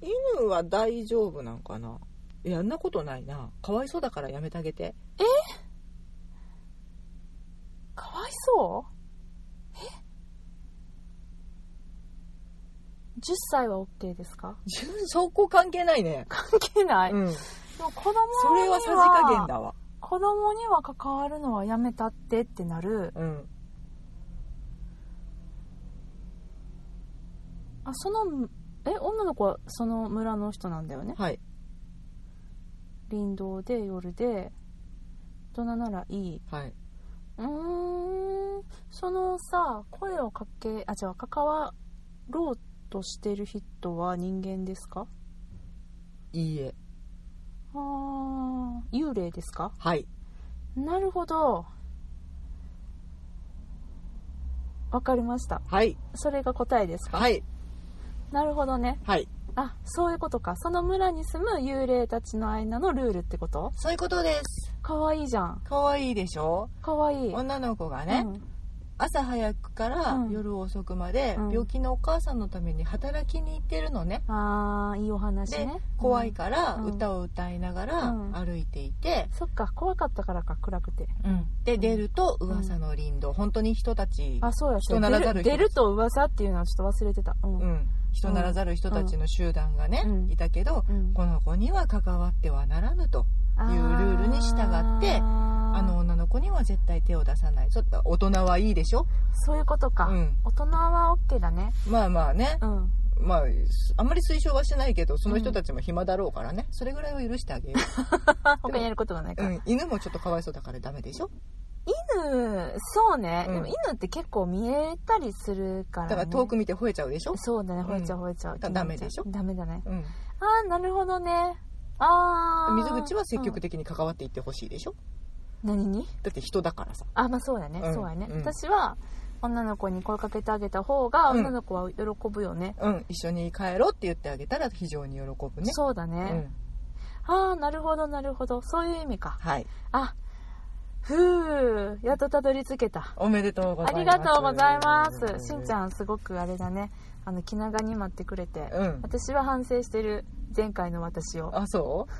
S2: 犬は大丈夫なんかなやんなことないなかわいそうだからやめてあげて
S1: かわいそうえ10歳は OK です か
S2: そこ関係ないね、
S1: 関係ない、
S2: うん、
S1: でも子供には
S2: それはさじ加減だわ、
S1: 子供には関わるのはやめたってってなる
S2: うん、
S1: あそのえ女の子はその村の人なんだよね
S2: はい
S1: 林道で夜で大人ならいい
S2: はいう
S1: ーんそのさ声をかけあじゃあ関わろうとしてる人は人間ですか
S2: いいえ
S1: あー幽霊ですか
S2: はい
S1: なるほどわかりました
S2: はい
S1: それが答えですか
S2: はい
S1: なるほどね
S2: はい
S1: あそういうことかその村に住む幽霊たちの間のルールってこと
S2: そういうことです
S1: かわいいじゃん
S2: かわいいでしょ
S1: かわいい
S2: 女の子がね、朝早くから
S1: うん
S2: 夜遅くまで
S1: うん
S2: 病気のお母さんのために働きに行ってるのね、
S1: うん、あーいいお話
S2: で
S1: ね
S2: 怖いから
S1: うん
S2: 歌を歌いながら
S1: うん
S2: 歩いていて、
S1: そっか怖かったからか暗くて
S2: で出ると噂の林道、本当に人たち、
S1: あそうやそうや
S2: 人なら
S1: 出
S2: ざ
S1: る
S2: る
S1: 出ると噂っていうのはちょっと忘れてたうん、う
S2: うんん、人ならざる人たちの集団がね、
S1: うん
S2: いたけど、この子には関わってはならぬと
S1: あ
S2: いうルールに従ってあ
S1: あ
S2: の女の子には絶対手を出さないちょっと大人はいいでしょ、
S1: そういうことか、
S2: うん、
S1: 大人は OK だね
S2: まあまあね、
S1: うん
S2: まああんまり推奨はしないけどその人たちも暇だろうからねそれぐらいは許してあげよ
S1: あ他にやることがないか
S2: う、
S1: ら、
S2: うん、犬もちょっとかわいそうだからダメでしょ
S1: 犬そうね、
S2: うん
S1: でも犬って結構見えたりするから、
S2: だ
S1: ね、
S2: から遠く見て吠えちゃうでしょ、
S1: そうだね
S2: うん
S1: 吠えちゃう吠えちゃう、
S2: だダメでしょ
S1: ダメだね
S2: うん、
S1: ああなるほどねああ
S2: 水口は積極的に関わっていってほしいでしょ、
S1: 何に
S2: だって人だからさ
S1: あまあそうやね、
S2: うん
S1: そうやね、
S2: うん
S1: 私は女の子に声かけてあげた方が
S2: うん
S1: 女の子は喜ぶよね、
S2: うん一緒に帰ろうって言ってあげたら非常に喜ぶね
S1: そうだ
S2: う
S1: ね、
S2: ん、
S1: ああなるほどなるほどそういう意味か
S2: はい
S1: あふうやっとたどり着けた
S2: おめでとうご
S1: あ
S2: ざ
S1: り
S2: います
S1: がとうございますしんち
S2: ん
S1: ゃんすごくあれだねあの気長に待ってくれて、
S2: うん
S1: 私は反省してる前回の私を
S2: あそう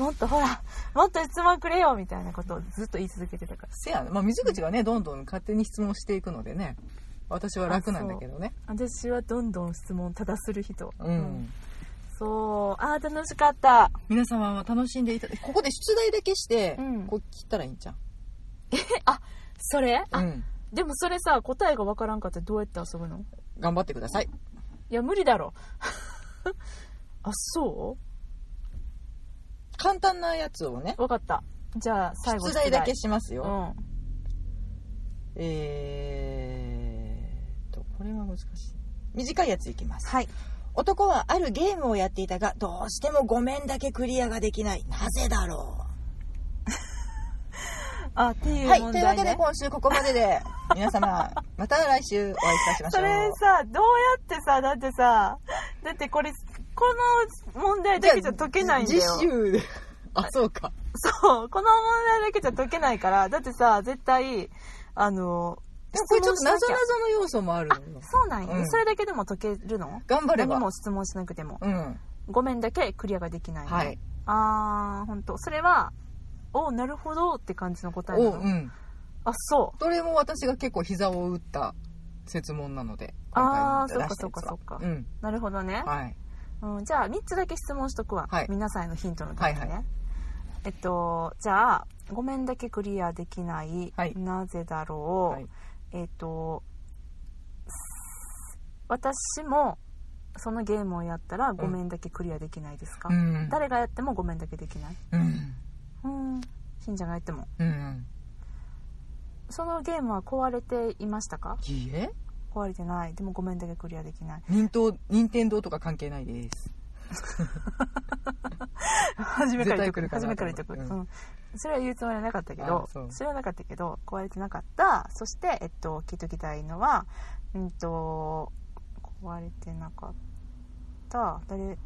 S1: もっとほら もっと質問くれよみたいなことをずっと言い続けてたか
S2: せやね、まあ、水口がねどんどん勝手に質問していくのでね私は楽なんだけどね
S1: ら私はどんどん質問ただする人、
S2: う、ん、
S1: そうあー楽しかった
S2: 皆様は楽しんでいただここで出題だけして、
S1: うん
S2: こう切ったらいいんじゃん、
S1: それ、あ
S2: うん、
S1: でもそれさ答えがわからんかってどうやって遊ぶの
S2: 頑張ってください
S1: いや無理だろ あそ
S2: 簡単なやつをね
S1: うわかったじゃあ最後
S2: 出題だけしますよ、
S1: うん
S2: えーっとこれは難しい短いやついきます
S1: はい
S2: 男はあるゲームをやっていたがどうしても5面だけクリアができないなぜだろ
S1: あっていう問
S2: うはい
S1: 題、ね
S2: というわけで今週ここま でで皆様また来週お会いいたしましょ
S1: そうれさどうやってさだってさだってこれこの問題だけじゃ解けないんだよ
S2: 次週であそうか
S1: そうこの問題だけじゃ解けないからだってさ絶対あの
S2: でもこれちょっと
S1: 質問し
S2: 謎
S1: なきゃ
S2: 々の要素もあるのよ
S1: そうなんや、
S2: うん
S1: それだけでも解けるの
S2: 頑張れば
S1: 何も質問しなくても
S2: うん
S1: ごめんだけクリアができないの、
S2: はい
S1: あー本当それはおなるほどって感じの答えな
S2: お
S1: の、
S2: うん
S1: あそう
S2: それも私が結構膝を打った説問なので
S1: あー
S2: 今回出したやつは
S1: そっかそっかそっか
S2: うん
S1: なるほどね、
S2: はい
S1: うん、じゃあ3つだけ質問しとくわ、
S2: はい
S1: 皆さんへのヒントのためにね、
S2: はいは
S1: えっとじゃあ「ごめんだけクリアできない」
S2: はい
S1: なぜだろう」
S2: はい
S1: えっと私もそのゲームをやったら「ごめんだけクリアできない」ですか、
S2: うん
S1: 誰がやっても「ごめんだけできない
S2: うん」
S1: うん信者がやっても
S2: うん
S1: そのゲームは壊れていましたか
S2: いいえ
S1: 壊れてないでも「ごめんだけクリアできない」
S2: 任天堂任天堂とか関係ないです
S1: 初めから言っとく
S2: 絶対来るかな
S1: 初めから言っとく、
S2: と
S1: う
S2: 思
S1: んそれは言うつもりはなかったけど
S2: あそう
S1: それはなかったけど壊れてなかったそして、えっと、聞いときたいのはうんと壊れてなかった誰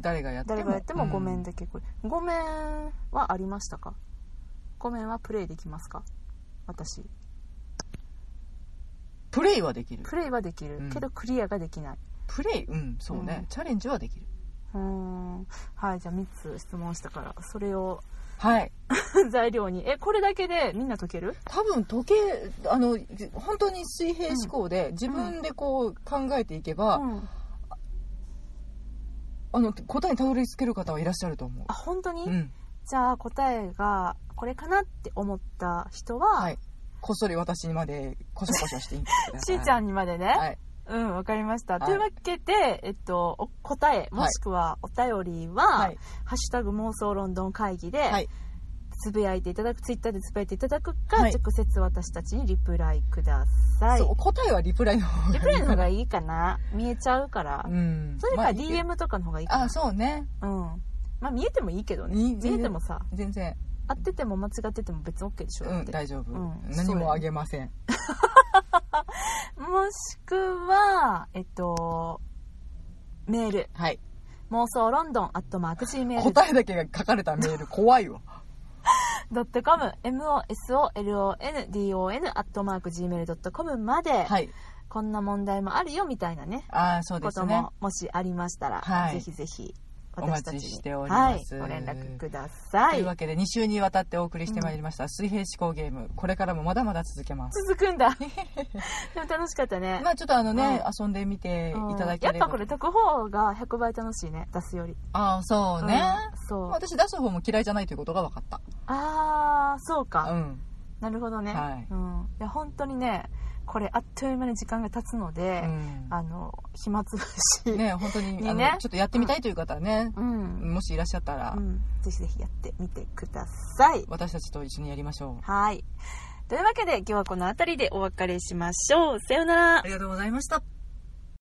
S2: 誰がやっても
S1: 誰がやっても「ごめん」
S2: で、
S1: だけこれ「ごめん」はありましたか?「ごめん」はプレイできますか私
S2: プレイはできる
S1: プレイはできる、
S2: うん
S1: けどクリアができない
S2: プレイうんそうね、
S1: うん
S2: チャレンジはできる
S1: うーんはいじゃあ3つ質問したからそれを
S2: はい
S1: 材料にえこれだけでみんな解ける
S2: 多分時計あの本当に水平思考で、自分でこう考えていけば、
S1: うん、
S2: あの答えにたどり着ける方はいらっしゃると思う
S1: あ本当に、
S2: うん
S1: じゃあ答えがこれかなって思った人は、
S2: はいこっそり私にまでこそこそしていってくださ
S1: し
S2: い
S1: ーちゃんにまでね、
S2: はい
S1: うんわかりました、
S2: はい
S1: というわけで、えっと、お答えもしくはお便りは「
S2: はい
S1: ハッシュタグ妄想ロンドン会議で」
S2: はい
S1: つぶやいていただくツイッターでつぶやいていただくか、
S2: はい
S1: 直接私たちにリプライください
S2: そう答えはリプライの方
S1: リ
S2: がいい
S1: プライの方がいいかな見えちゃうから、
S2: うん
S1: それ
S2: ま
S1: か
S2: あいいけ
S1: DM とかの方がいいかな、
S2: あそうね
S1: うんまあ見えてもいいけどね
S2: いい
S1: 見えてもさ
S2: 全然
S1: 合ってても間違ってても別に OK でしょ
S2: う
S1: だっ
S2: ん
S1: て
S2: 大丈夫、
S1: うん
S2: 何もあげません
S1: もしくは、えっと、メール、
S2: はい
S1: 妄想ロンドン、アットマーク Gmail.com、
S2: 答えだけが書かれた メール怖いわ
S1: mosolondon、アットマーク Gmail.com まで、
S2: はい
S1: こんな問題もあるよみたいなね、
S2: ああそうで
S1: こ
S2: す
S1: と
S2: ね
S1: も、もしありましたら、
S2: はい
S1: ぜひぜひ、
S2: お
S1: 私
S2: 待
S1: たちに
S2: ちしております
S1: はい、ご連絡くださ
S2: とい。
S1: いう
S2: わけで2週にわたってお送りしてまいりました、水平思考ゲームこれからもまだまだ続けます、
S1: 続くん だ。でも楽しかったね。
S2: まあちょっとあのね、遊んでみていただけ
S1: うん
S2: れば、
S1: やっぱこれ解く方が100倍楽しいね出すより
S2: ああそうね、
S1: うんそう
S2: 私出す方も嫌いじゃないということが分かった
S1: ああそうか、
S2: うん
S1: なるほどね、
S2: はい
S1: うん、いや本当にねこれあっという間に時間が経つので、あの暇つぶし、
S2: ね本当に
S1: ね
S2: あのちょっとやってみたいという方はね、
S1: うん、
S2: もしいらっしゃったら、
S1: うん、ぜひぜひやってみてください
S2: 私たちと一緒にやりましょう
S1: はいというわけで今日はこの辺りでお別れしましょうさようなら
S2: りがとうございました